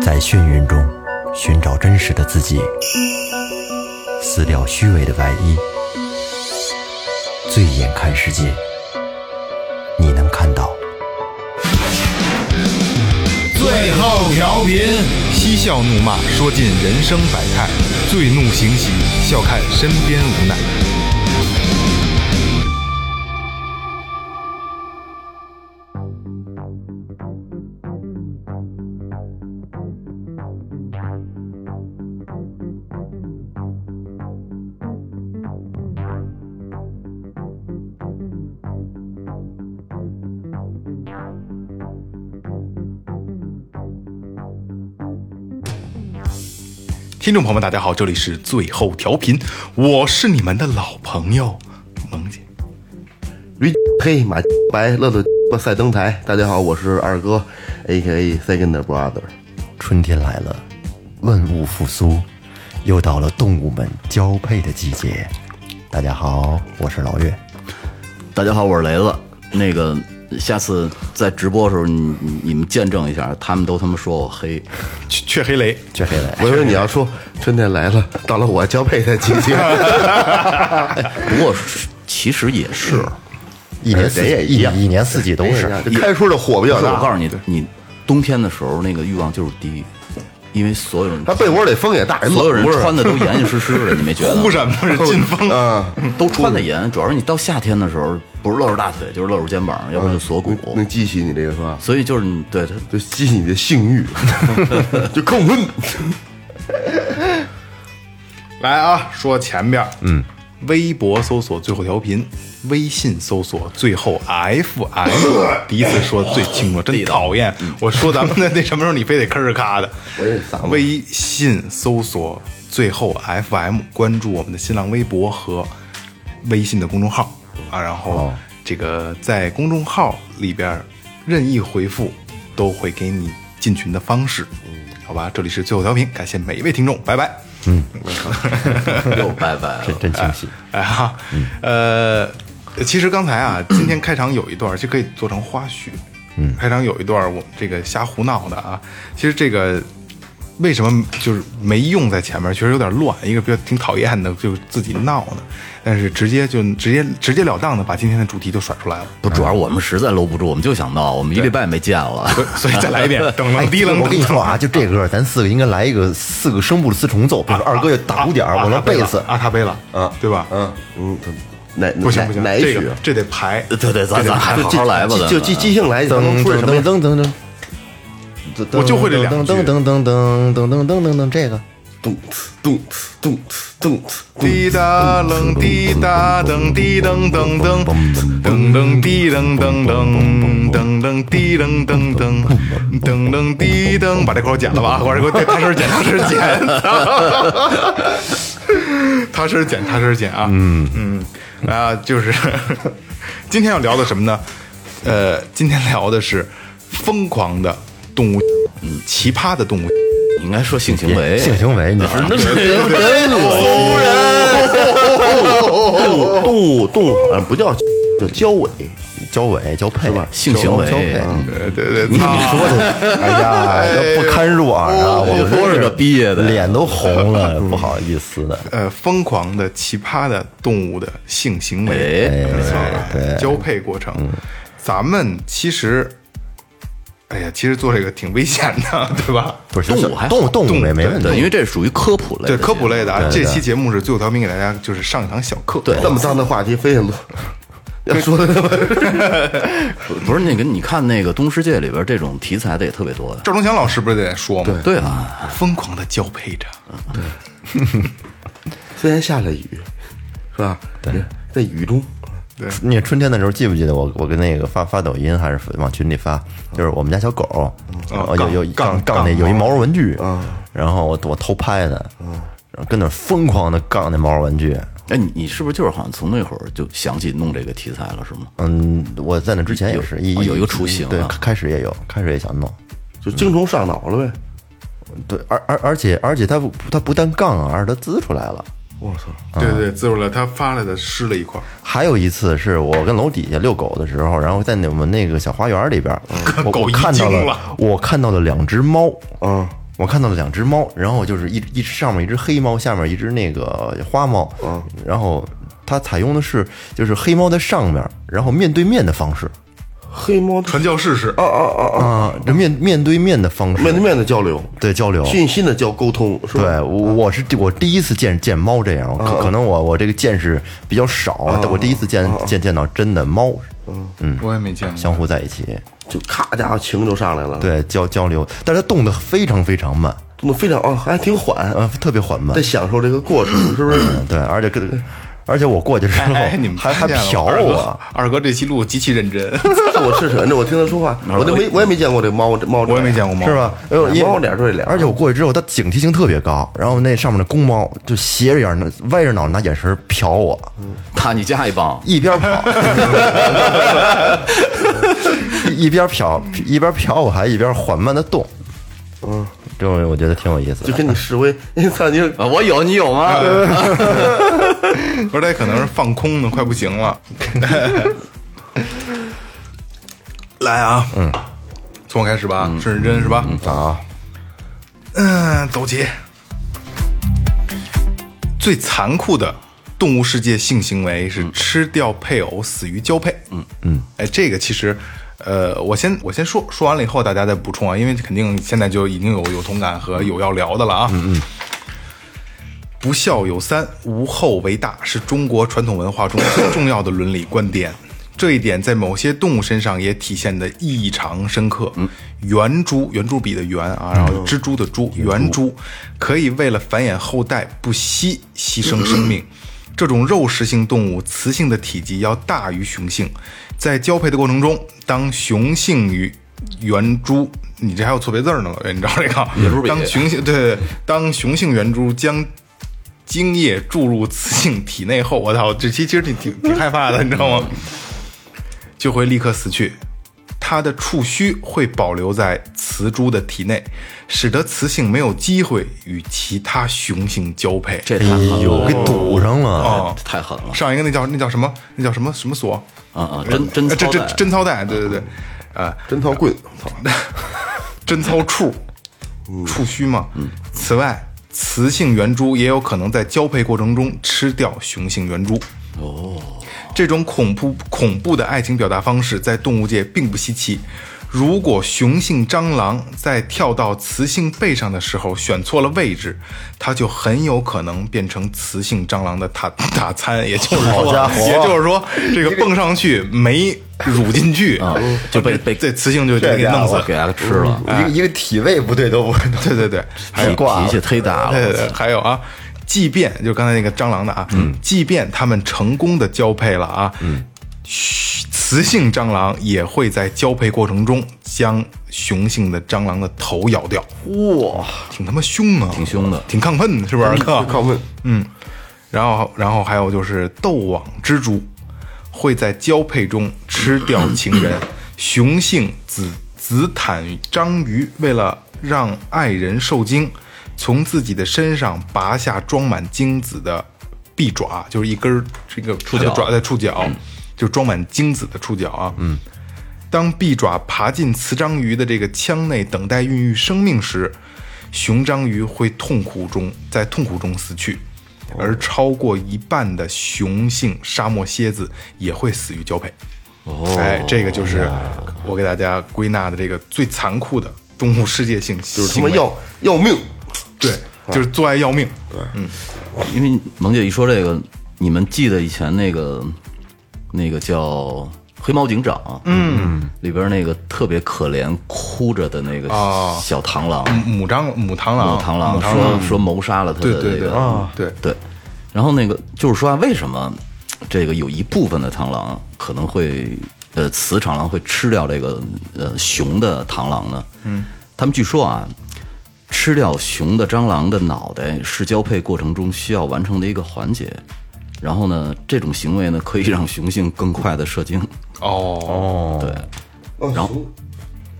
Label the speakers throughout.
Speaker 1: 在眩晕中寻找真实的自己，撕掉虚伪的外衣，醉眼看世界，你能看到。
Speaker 2: 最后调频，嬉笑怒骂，说尽人生百态；醉怒行喜，笑看身边无奈。听众朋友们，大家好，这里是最后调频，我是你们的老朋友萌姐。
Speaker 3: 驴嘿马白乐乐巴赛登台。大家好，我是二哥，A K A Second Brother。
Speaker 1: 春天来了，万物复苏，又到了动物们交配的季节。大家好，我是老岳。
Speaker 4: 大家好，我是雷子。那个，下次在直播的时候，你你你们见证一下，他们都他妈说我黑，
Speaker 2: 雀雀黑雷，
Speaker 1: 这黑来
Speaker 3: 我以为你要说春天来了，到了我交配的季 节，
Speaker 4: 不过是其实也是。
Speaker 1: 一年四
Speaker 3: 人也
Speaker 1: 季，
Speaker 3: 一
Speaker 1: 一
Speaker 3: 样
Speaker 1: 年一年四季都是。
Speaker 3: 这开春的火比较
Speaker 4: 不是我告
Speaker 3: 大，
Speaker 4: 诉你，你冬天的时候那个欲望就是低，因为所有人
Speaker 3: 他被窝里风也大，
Speaker 4: 所有人
Speaker 3: 冷不是
Speaker 4: 穿的都严严实实的，你没觉得吗
Speaker 2: 忽？闪不是劲风，
Speaker 3: 啊
Speaker 4: 都穿的严，主要是你到夏天的时候，不是露着大腿就是露着肩膀，要不就呃锁骨。
Speaker 3: 能激起你这个是吧？
Speaker 4: 所以就是你对他，
Speaker 3: 就激起你的性欲， 就亢奋。
Speaker 2: 来啊，说前边，嗯，微博搜索最后调频，微信搜索最后 FM，第一次说最清楚，真讨 厌。我说咱们的那什么时候你非得吭哧咔的
Speaker 3: 也嗓，子
Speaker 2: 微信搜索最后 FM，关注我们的新浪微博和微信的公众号啊，然后这个在公众号里边任意回复都会给你进群的方式，好吧？这里是最后调频，感谢每一位听众，拜拜。
Speaker 4: 又拜拜了。
Speaker 1: 真清晰，
Speaker 2: 哎哈，呃，其实刚才啊，今天开场有一段，就可以做成花絮。嗯，开场有一段我们这个瞎胡闹的啊，其实这个为什么就是没用在前面，确实有点乱，一个比较挺讨厌的，就是自己闹呢，但是直接就直接直截了当的把今天的主题就甩出来 了。
Speaker 4: 不，主要我们实在搂不住，我们就想闹，我们一礼拜没见了。
Speaker 2: 所以再来一遍，噔
Speaker 1: 哎
Speaker 2: 噔滴楞
Speaker 1: 我跟你
Speaker 2: 噔
Speaker 1: 说啊，就这歌，咱四个应该来一个四个声部四重奏，比如说二哥就打鼓点儿，我能贝斯，
Speaker 2: 阿卡贝拉，
Speaker 3: 嗯
Speaker 2: 对吧？
Speaker 3: 嗯嗯，哪
Speaker 2: 不行不行，
Speaker 3: 哪哪一
Speaker 2: 这
Speaker 3: 曲啊
Speaker 2: 个？这得排，
Speaker 4: 对对，咱咱还好
Speaker 3: 就
Speaker 4: 好来吧，
Speaker 3: 就
Speaker 4: 咱
Speaker 3: 就即即兴来，咱能出点什么呀？
Speaker 1: 噔噔噔，
Speaker 3: 噔
Speaker 2: 我就会这
Speaker 1: 噔
Speaker 2: 两句
Speaker 1: 噔噔噔噔噔噔噔噔噔，这个
Speaker 3: 咚呲咚呲咚呲咚呲咚
Speaker 2: 滴答楞滴答噔滴噔噔噔噔噔滴噔噔噔噔噔滴噔噔噔噔噔滴噔，把这块儿剪了吧，把这块儿踏实剪，踏实剪，踏实剪，踏实剪啊！嗯嗯啊，就是今天要聊的什么呢？呃，今天聊的是疯狂的动物，嗯奇葩的动物。
Speaker 4: 应该说性行为，
Speaker 1: 性行为，你知道吗
Speaker 3: 真恶心！动物动物好像不叫叫交尾，
Speaker 1: 交尾交配吧，
Speaker 4: 性行为
Speaker 1: 交配。
Speaker 2: 呃对对
Speaker 1: 你
Speaker 2: 对，
Speaker 1: 说的，哎呀，这不堪入耳啊！我们
Speaker 4: 多少个毕业的
Speaker 1: 脸都红了，不好意思的。
Speaker 2: 呃，疯狂的、奇葩的动物的性行为，
Speaker 4: 哎
Speaker 2: 没错吧
Speaker 1: 对
Speaker 2: 交配过程，咱们其实，哎呀，其实做这个挺危险的，对吧？
Speaker 1: 不是
Speaker 4: 动物
Speaker 1: 就是
Speaker 4: 还好
Speaker 1: 动物动物没没问
Speaker 4: 对，因
Speaker 1: 题，
Speaker 4: 为这是属于科普类的
Speaker 2: 对
Speaker 4: 节目，
Speaker 2: 科普类的啊，这期节目是最后调频给大家就是上一堂小课，
Speaker 4: 对
Speaker 3: 这么脏的话题非得录，要说 的
Speaker 4: 不是那个，你看那个《东世界》里边这种题材的也特别多的。
Speaker 2: 赵忠祥老师不是得说吗？
Speaker 4: 对啊，
Speaker 2: 疯狂的交配着，
Speaker 3: 虽然下了雨，是吧？对，在雨中，
Speaker 1: 你春天的时候记不记得我我跟那个发发抖音还是往群里发，就是我们家小狗，然后
Speaker 2: 嗯杠
Speaker 1: 有有
Speaker 2: 杠
Speaker 1: 杠杠那
Speaker 2: 杠嗯
Speaker 1: 有一毛绒文具，然后我我偷拍的，然后跟那儿疯狂的杠那毛绒文具。
Speaker 4: 哎，你你是不是就是好像从那会儿就想起弄这个题材了，是吗？
Speaker 1: 嗯，我在那之前也是一
Speaker 4: 有有一个雏形啊
Speaker 1: 对，开始也有，开始也想弄，
Speaker 3: 就精虫上脑了呗。
Speaker 1: 对，而而而且而且它不它不但杠啊，而是它滋出来了。
Speaker 3: 我操！
Speaker 2: 对对，自入了，他发来的湿了一块儿，
Speaker 1: 还有一次是我跟楼底下遛狗的时候，然后在我们那个小花园里边，我
Speaker 2: 狗
Speaker 1: 我
Speaker 2: 一
Speaker 1: 看到
Speaker 2: 惊
Speaker 1: 了
Speaker 2: 了
Speaker 1: 我看到了两只猫，
Speaker 3: 啊，
Speaker 1: 我看到了两只猫，然后就是一一上面一只黑猫，下面一只那个花猫，
Speaker 2: 嗯
Speaker 1: 然后它采用的是就是黑猫在上面，然后面对面的方式
Speaker 3: 黑猫
Speaker 2: 传教士哦式，
Speaker 1: 啊，这面面对面的方式，
Speaker 3: 面对面的交流，
Speaker 1: 对交流，
Speaker 3: 信心的交沟通，是
Speaker 1: 哦
Speaker 3: 吧？
Speaker 1: 对，我我是第我第一次见见猫这
Speaker 2: 啊
Speaker 1: 样，可可能我我这个见识比较少，但我第一次见
Speaker 2: 啊
Speaker 1: 见见到真的猫嗯
Speaker 2: 我也没见过。
Speaker 1: 相互在一
Speaker 2: 嗯
Speaker 1: 起，
Speaker 3: 就咔家伙情就上来了，，
Speaker 1: 对交交流，但是它动得非常非常慢，
Speaker 3: 动作非常啊，还挺缓，
Speaker 1: 呃，特别缓慢嗯
Speaker 3: 在，享受这个过程，是不是？
Speaker 1: 对，而且跟而且我过去之后
Speaker 2: 哎，你们
Speaker 1: 还啊还
Speaker 2: 看见了
Speaker 1: 瞟
Speaker 2: 二哥
Speaker 1: 我，
Speaker 2: 二哥这期录极其认真，
Speaker 3: 我是什么？我听他说话，我就没我也没见过这猫，这猫
Speaker 2: 我也没见过猫，
Speaker 1: 是？吧？哎呦，因为
Speaker 3: 猫脸对脸
Speaker 1: 而且我过去之后，它警惕性特别高，然后那上面的公猫就斜着眼儿，歪着脑，拿眼神儿瞟我，
Speaker 4: 打你家一棒，
Speaker 1: 一边跑， 一一边瞟，一边瞟我还一边缓慢的动，嗯，这种我觉得挺有意思的。
Speaker 3: 就跟你示威，你操你！
Speaker 4: 啊我有你有吗？
Speaker 2: 哎 而且可能是放空呢，快不行了。 来啊，嗯，从我开始吧，是认真是吧？
Speaker 1: 啊，
Speaker 2: 嗯，走起。最残酷的动物世界性行为是吃掉配偶，死于交配。嗯嗯，哎，这个其实，呃，我先我先说说完了以后，大家再补充啊，因为肯定现在就已经有有同感和有要聊的了啊。嗯嗯。不孝有三，无后为大，是中国传统文化中最重要的伦理观点。这一点在某些动物身上也体现得异常深刻。
Speaker 4: 嗯
Speaker 2: 圆珠，圆珠笔的圆啊，然后蜘蛛的蛛，圆珠可以为了繁衍后代不惜牺牲生命。这种肉食性动物雌性的体积要大于雄性，在交配的过程中，当雄性与圆珠，你这还有错别字儿呢，老袁，你知道这个？
Speaker 4: 圆珠笔
Speaker 2: 当雄性对对对，当雄性圆珠将精液注入雌性体内后，我操，这期其实挺挺挺害怕的，你知道吗？就会立刻死去。它的触须会保留在雌猪的体内，使得雌性没有机会与其他雄性交配。
Speaker 4: 这
Speaker 1: 哎
Speaker 4: 太狠了，
Speaker 1: 呦，给堵上了，
Speaker 2: 哦，
Speaker 4: 太狠了
Speaker 2: 上一个那叫那叫什么那叫什么什么锁？
Speaker 4: 啊啊！真真
Speaker 2: 呃
Speaker 4: 操
Speaker 2: 贞贞
Speaker 4: 蛋，
Speaker 2: 贞操带，对对对，啊、
Speaker 3: 真掏棍，操！嗯
Speaker 2: 贞操处，触须嘛。
Speaker 4: 嗯
Speaker 2: 此外，雌性圆珠也有可能在交配过程中吃掉雄性圆珠。
Speaker 4: 哦
Speaker 2: 这种恐怖恐怖的爱情表达方式在动物界并不稀奇。如果雄性蟑螂在跳到雌性背上的时候选错了位置，它就很有可能变成雌性蟑螂的大大餐，也就是说，也就是说，这个蹦上去没乳进去，
Speaker 4: 啊就被被
Speaker 2: 啊这雌性就得给弄死
Speaker 4: 我。给它吃了，
Speaker 1: 一个一个体位不对都不
Speaker 2: 对对对，还有
Speaker 4: 脾
Speaker 1: 挂了
Speaker 4: 脾气忒大
Speaker 2: 对
Speaker 4: 了。
Speaker 2: 对对，还有啊，即便就刚才那个蟑螂的啊，即便它们成功的交配了啊，嘘雌性蟑螂也会在交配过程中将雄性的蟑螂的头咬掉。哇，挺他妈凶啊，挺
Speaker 4: 凶的
Speaker 2: 挺亢奋的，是不是二哥？
Speaker 3: 靠问，
Speaker 2: 嗯，然后然后还有就是斗网蜘蛛会在交配中吃掉情人， 雄性紫紫坦章鱼为了让爱人受精，从自己的身上拔下装满精子的臂爪，就是一根儿这个触
Speaker 4: 角
Speaker 2: 爪在触角，就装满精子的触角啊，嗯。当臂爪爬进雌章鱼的这个腔内等待孕育生命时，雄章鱼会痛苦中在痛苦中死去，而超过一半的雄性沙漠蝎子也会死于交配。哦，哎，这个就是我给大家归纳的这个最残酷的动物世界性
Speaker 3: 就是他
Speaker 2: 行
Speaker 3: 妈
Speaker 2: 为，
Speaker 3: 要啊要命，
Speaker 2: 对，就是做爱要命。
Speaker 4: 因为萌姐一说这个，你们记得以前那个那个叫《黑猫警长》嗯，里边那个特别可怜哭着的那个
Speaker 2: 哦
Speaker 4: 小螳螂，
Speaker 2: 母蟑啊母螳螂，
Speaker 4: 母螳螂说说谋杀了他
Speaker 2: 对
Speaker 4: 的
Speaker 2: 对
Speaker 4: 这
Speaker 2: 对啊
Speaker 4: 个，嗯
Speaker 2: 对，
Speaker 4: 对，然后那个就是说啊，为什么这个有一部分的螳螂可能会呃雌螳螂会吃掉这个呃雄的螳螂呢？嗯，他们据说啊，吃掉雄的蟑螂的脑袋是交配过程中需要完成的一个环节。然后呢，这种行为呢可以让雄性更快的射精，
Speaker 2: 哦，
Speaker 4: 对，
Speaker 3: 然
Speaker 4: 后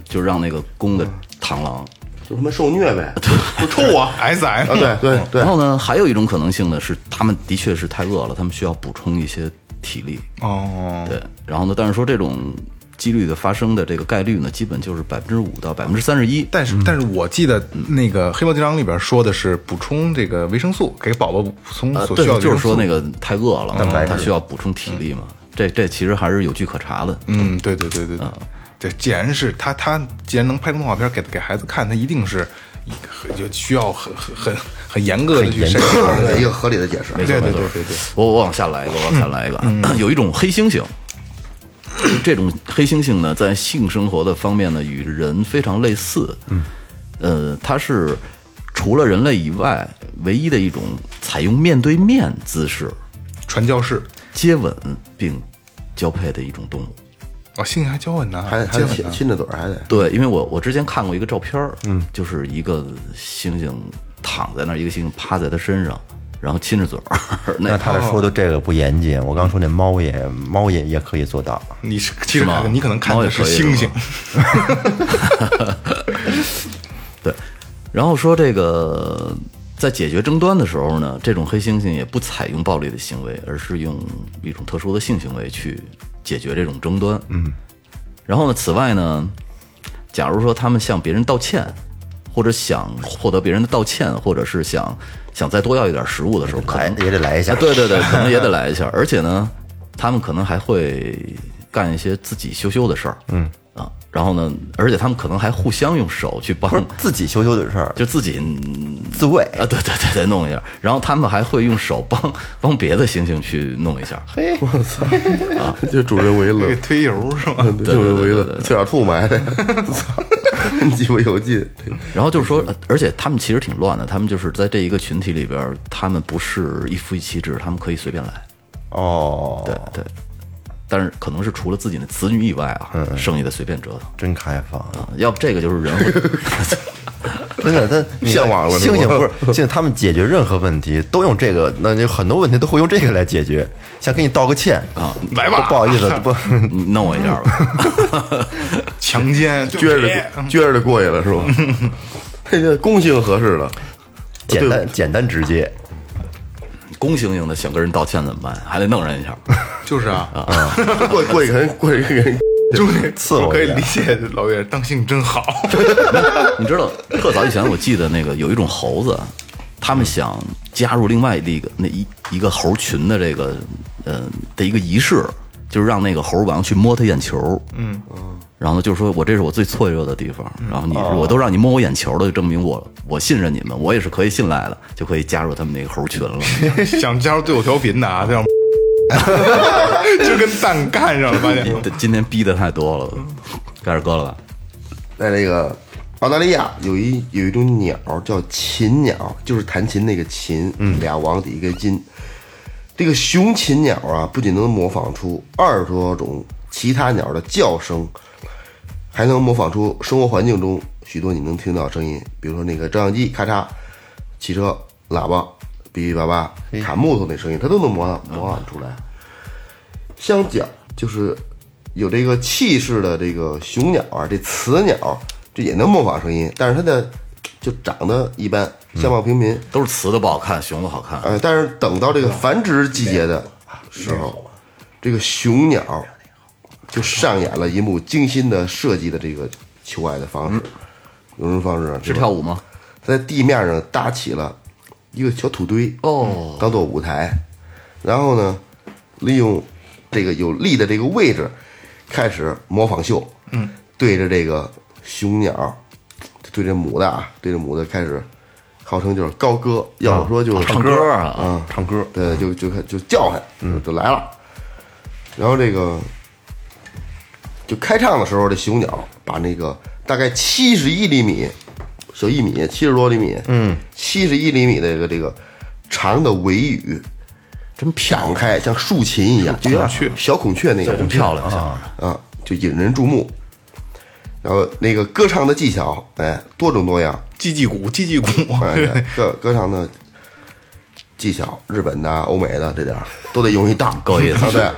Speaker 4: 就让那个公
Speaker 2: 嗯
Speaker 4: 的螳螂。
Speaker 3: 就他妈受虐呗，
Speaker 2: 不 臭啊，S M，
Speaker 3: 啊，对对对
Speaker 4: 然，后呢，还有一种可能性呢是，他们的确是太饿了，他们需要补充一些体力。
Speaker 2: 哦，
Speaker 4: 对，然后呢，但是说这种几率的发生的这个概率呢，基本就是百分之五到百分之三十一。
Speaker 2: 但是，但是我记得那个《黑猫警长》里边说的是补充这个维生素，给宝宝补充
Speaker 4: 呃，
Speaker 2: 所
Speaker 4: 对
Speaker 2: 需要，的维
Speaker 4: 就
Speaker 2: 生
Speaker 4: 是
Speaker 2: 素。
Speaker 4: 说那个太饿了，
Speaker 3: 蛋白质
Speaker 4: 它需要补充体力嘛。这这其实还是有据可查的。
Speaker 2: 嗯，对对对对对，对，既然是他，他既然能拍动画片给给孩子看，他一定是就需要很很很很严格的去审查的。
Speaker 3: 一个合理的解释。
Speaker 2: 对对对对对，
Speaker 4: 我我往下来一个，我往下来一个啊。 有一种黑猩猩，这种黑猩猩呢，在性生活的方面呢，与人非常类似。嗯，呃，它是除了人类以外唯一的一种采用面对面姿势
Speaker 2: 传教士
Speaker 4: 接吻并交配的一种动物。
Speaker 2: 哦，性还交吻呢，
Speaker 3: 还还
Speaker 2: 接
Speaker 3: 得
Speaker 2: 吻
Speaker 3: 亲
Speaker 2: 呢。
Speaker 3: 亲着嘴儿，还得
Speaker 4: 对，因为我我之前看过一个照片儿，嗯，就是一个猩猩躺在那儿，一个猩猩趴在它身上，然后亲着嘴儿。
Speaker 1: 那
Speaker 4: 那
Speaker 1: 他说的这个不严谨，我刚说那猫也猫也也可以做到。
Speaker 2: 你是其实
Speaker 4: 是吗
Speaker 2: 你可能看的是
Speaker 4: 猫也可
Speaker 2: 星
Speaker 4: 以
Speaker 2: 星
Speaker 4: 是， 对，然后说这个在解决争端的时候呢，这种黑猩猩也不采用暴力的行为，而是用一种特殊的性行为去解决这种争端。嗯，然后呢，此外呢，假如说他们向别人道歉，或者想获得别人的道歉，或者是想想再多要一点食物的时候，可
Speaker 1: 来
Speaker 4: 能
Speaker 1: 也得来一下
Speaker 4: 啊，，对对对，可能也得来 一下。而且呢，他们可能还会干一些自己羞羞的事儿。嗯啊，然后呢，而且他们可能还互相用手去帮
Speaker 1: 不，是自己羞羞的事儿，
Speaker 4: 就自己嗯
Speaker 1: 自慰。
Speaker 4: 啊，对对对对，弄一下。然后他们还会用手帮帮别的猩猩去弄一下。
Speaker 3: 就主人为乐
Speaker 2: 给，推油 是吗？
Speaker 3: 主人为乐，崔小兔嘛 还得，操，鸡巴有劲。
Speaker 4: 然后就是说，呃而且他们其实挺乱的，他们就是在这一个群体里边儿，他们不是一夫一妻制，他们可以随便来。
Speaker 1: 哦，
Speaker 4: 对对。但是可能是除了自己的子女以外啊，
Speaker 1: 嗯
Speaker 4: 剩下的随便折腾
Speaker 1: 真开放，
Speaker 4: 啊。要不这个就是人会
Speaker 1: 真 的，他你
Speaker 3: 向往了
Speaker 1: 猩
Speaker 3: 是
Speaker 1: 猩
Speaker 3: 吗
Speaker 1: 不是 猩猩，他们解决任何问题都用这个，那就很多问题都会用这个来解决。想给你道个歉啊，
Speaker 2: 来吧
Speaker 1: 不好意思，不，
Speaker 4: 你弄我一下吧。
Speaker 2: 强奸嗯
Speaker 3: 撅
Speaker 2: 对不
Speaker 3: 着
Speaker 2: 起
Speaker 3: 就撅着就过去了是吧？那个公性合适了，
Speaker 1: 简单简单直接。
Speaker 4: 公猩猩的想跟人道歉怎么办？还得弄人一下。
Speaker 2: 就是啊，
Speaker 3: 过过去给人过去给人
Speaker 2: 就那
Speaker 1: 伺候
Speaker 2: 我可以
Speaker 1: 一下
Speaker 2: 理解老岳当性真好，
Speaker 4: 你知道，特早以前我记得那个有一种猴子，他们想加入另外的一个那一一个猴群的这个呃的一个仪式，就是让那个猴王去摸他眼球。嗯然后呢，就是说我这是我最脆弱的地方，然后你我都让你摸我眼球了，就证明我我信任你们，我也是可以信赖的，就可以加入他们那个猴群了。
Speaker 2: 想加入对我调频的啊，这样就跟蛋干上了，发现
Speaker 4: 今天逼的太多了，开始割了吧？
Speaker 3: 在那个澳大利亚有一有一种鸟叫琴鸟，就是弹琴那个琴，俩王底一个金。这个雄琴鸟啊，不仅能模仿出二十多种其他鸟的叫声，还能模仿出生活环境中许多你能听到的声音，比如说那个照相机咔嚓、汽车喇叭、哔哔叭叭、砍木头那声音，它都能模仿模仿出来。相较就是有这个气势的这个雄鸟啊，这雌鸟这也能模仿声音，但是它的就长得一般，相貌平民。
Speaker 4: 都是雌的不好看，雄的好看。
Speaker 3: 呃，但是等到这个繁殖季节的时候，这个雄鸟就上演了一幕精心的设计的这个求爱的方式，有什么方式啊？
Speaker 4: 是跳舞吗？
Speaker 3: 在地面上搭起了一个小土堆
Speaker 4: 哦，
Speaker 3: 当做舞台，然后呢，利用这个有力的这个位置，开始模仿秀。嗯，对着这个雄鸟，对着母的啊，对着母的开始，号称就是高歌，要不说就是
Speaker 4: 唱歌啊，
Speaker 3: 唱歌，对，就就就叫唤，嗯，就来了。然后这个就开唱的时候，这雄鸟把那个大概七十一厘米，小一米，七十多厘米，嗯，七十一厘米的这个这个长的尾羽
Speaker 4: 真漂
Speaker 3: 展
Speaker 4: 亮，
Speaker 3: 开，像竖琴一样，就有点小孔雀那
Speaker 4: 真
Speaker 3: 种
Speaker 4: 漂亮，小
Speaker 3: 啊，就引人注目。然后那个歌唱的技巧，哎，多种多样，
Speaker 2: 叽叽鼓叽叽鼓，
Speaker 4: 哦
Speaker 3: 哎，各各唱的技巧，日本的、欧美的这点儿都得用一大，
Speaker 4: 够意思
Speaker 3: 啊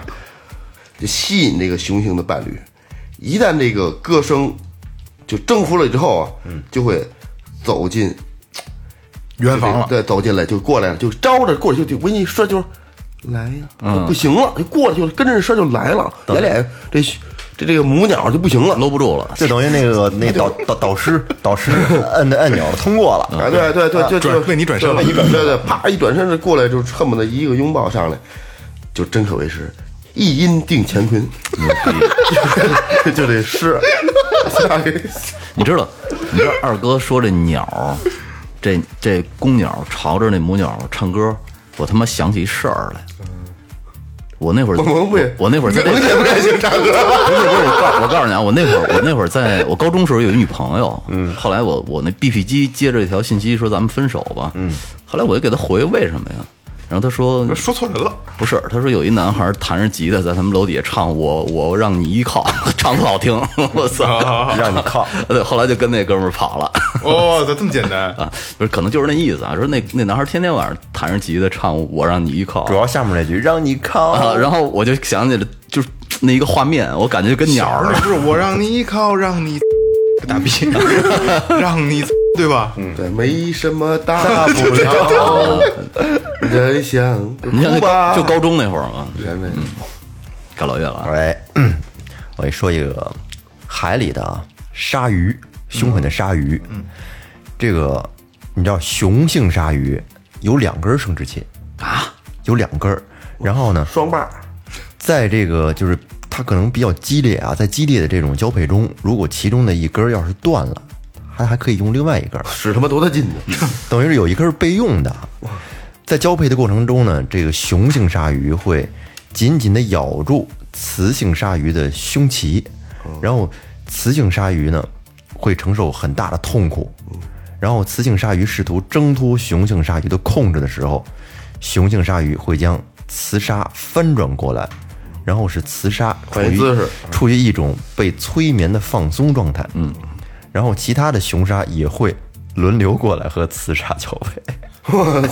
Speaker 3: 对，就吸引这个雄性的伴侣。一旦这个歌声就征服了之后啊，
Speaker 4: 嗯
Speaker 3: 就会走进
Speaker 2: 圆房了，
Speaker 3: 对，走进来就过来了，就招着过去就就我给你说
Speaker 4: 嗯
Speaker 3: 就是来呀、不行了，就过来就跟着说就来了，咱俩这这这个母鸟就不行了。
Speaker 4: 搂不住了。
Speaker 1: 就等于那个那导导导师导师摁的按钮通过了，
Speaker 3: 啊，对对对，就就
Speaker 2: 转为你转身了
Speaker 3: 对为你转身，对，啪一转身就过来，就恨不得一个拥抱上来，就真可谓是一阴定乾坤， 就得是，
Speaker 4: 你知道，你知道二哥说这鸟，这这公鸟朝着那母鸟唱歌，我他妈想起一事儿来。我那会儿，
Speaker 3: 我我不也
Speaker 4: 我我那会儿在，不是不是，
Speaker 3: 不太行，大哥，
Speaker 4: 我告我告诉你啊，我那会儿我那会儿在我高中时候有一女朋友，嗯，后来我我那 BP 机接着一条信息说咱们分手吧，嗯，后来我就给她回为什么呀，然后她说
Speaker 2: 说错人了，
Speaker 4: 不是，他说有一男孩弹着吉他在他们楼底下唱我我让你依靠，唱不好听， 我操！
Speaker 1: 让你靠。
Speaker 4: 对，后来就跟那哥们儿跑了
Speaker 2: 哦，咋这么简单？
Speaker 4: 啊，不是，可能就是那意思啊，说那那男孩天天晚上弹着吉他唱我让你依靠
Speaker 1: 主，要下面那句让你
Speaker 4: 啊，
Speaker 1: 靠，
Speaker 4: 然后我就想起了就是那一个画面，我感觉就跟鸟儿似
Speaker 2: 不
Speaker 4: 的。
Speaker 2: 是我让你依靠，让你打逼，让你对吧？
Speaker 3: 对，没什么大不了，人想
Speaker 4: 你像
Speaker 3: 哭
Speaker 4: 那
Speaker 3: 吧，
Speaker 4: 高就高中那会儿嘛，
Speaker 3: 人们
Speaker 4: 干老岳了啊，
Speaker 1: 哎， 我给说一个海里的啊鲨鱼，凶狠的鲨鱼。这个你知道，雄性鲨鱼有两根生殖器啊，有两根儿。然后呢，
Speaker 3: 双把，
Speaker 1: 在这个就是它可能比较激烈啊，在激烈的这种交配中，如果其中的一根儿要是断了，它还可以用另外一根儿。
Speaker 3: 使他妈多大劲呢？
Speaker 1: 等于是有一根儿备用的。在交配的过程中呢，这个雄性鲨鱼会紧紧地咬住雌性鲨鱼的胸鳍，然后雌性鲨鱼呢会承受很大的痛苦。然后雌性鲨鱼试图挣脱雄性鲨鱼的控制的时候，雄性鲨鱼会将雌鲨翻转过来，然后使雌鲨处
Speaker 3: 换一
Speaker 1: 于
Speaker 3: 姿势
Speaker 1: 处于一种被催眠的放松状态。嗯，然后其他的雄鲨也会轮流过来和雌鲨交配。哎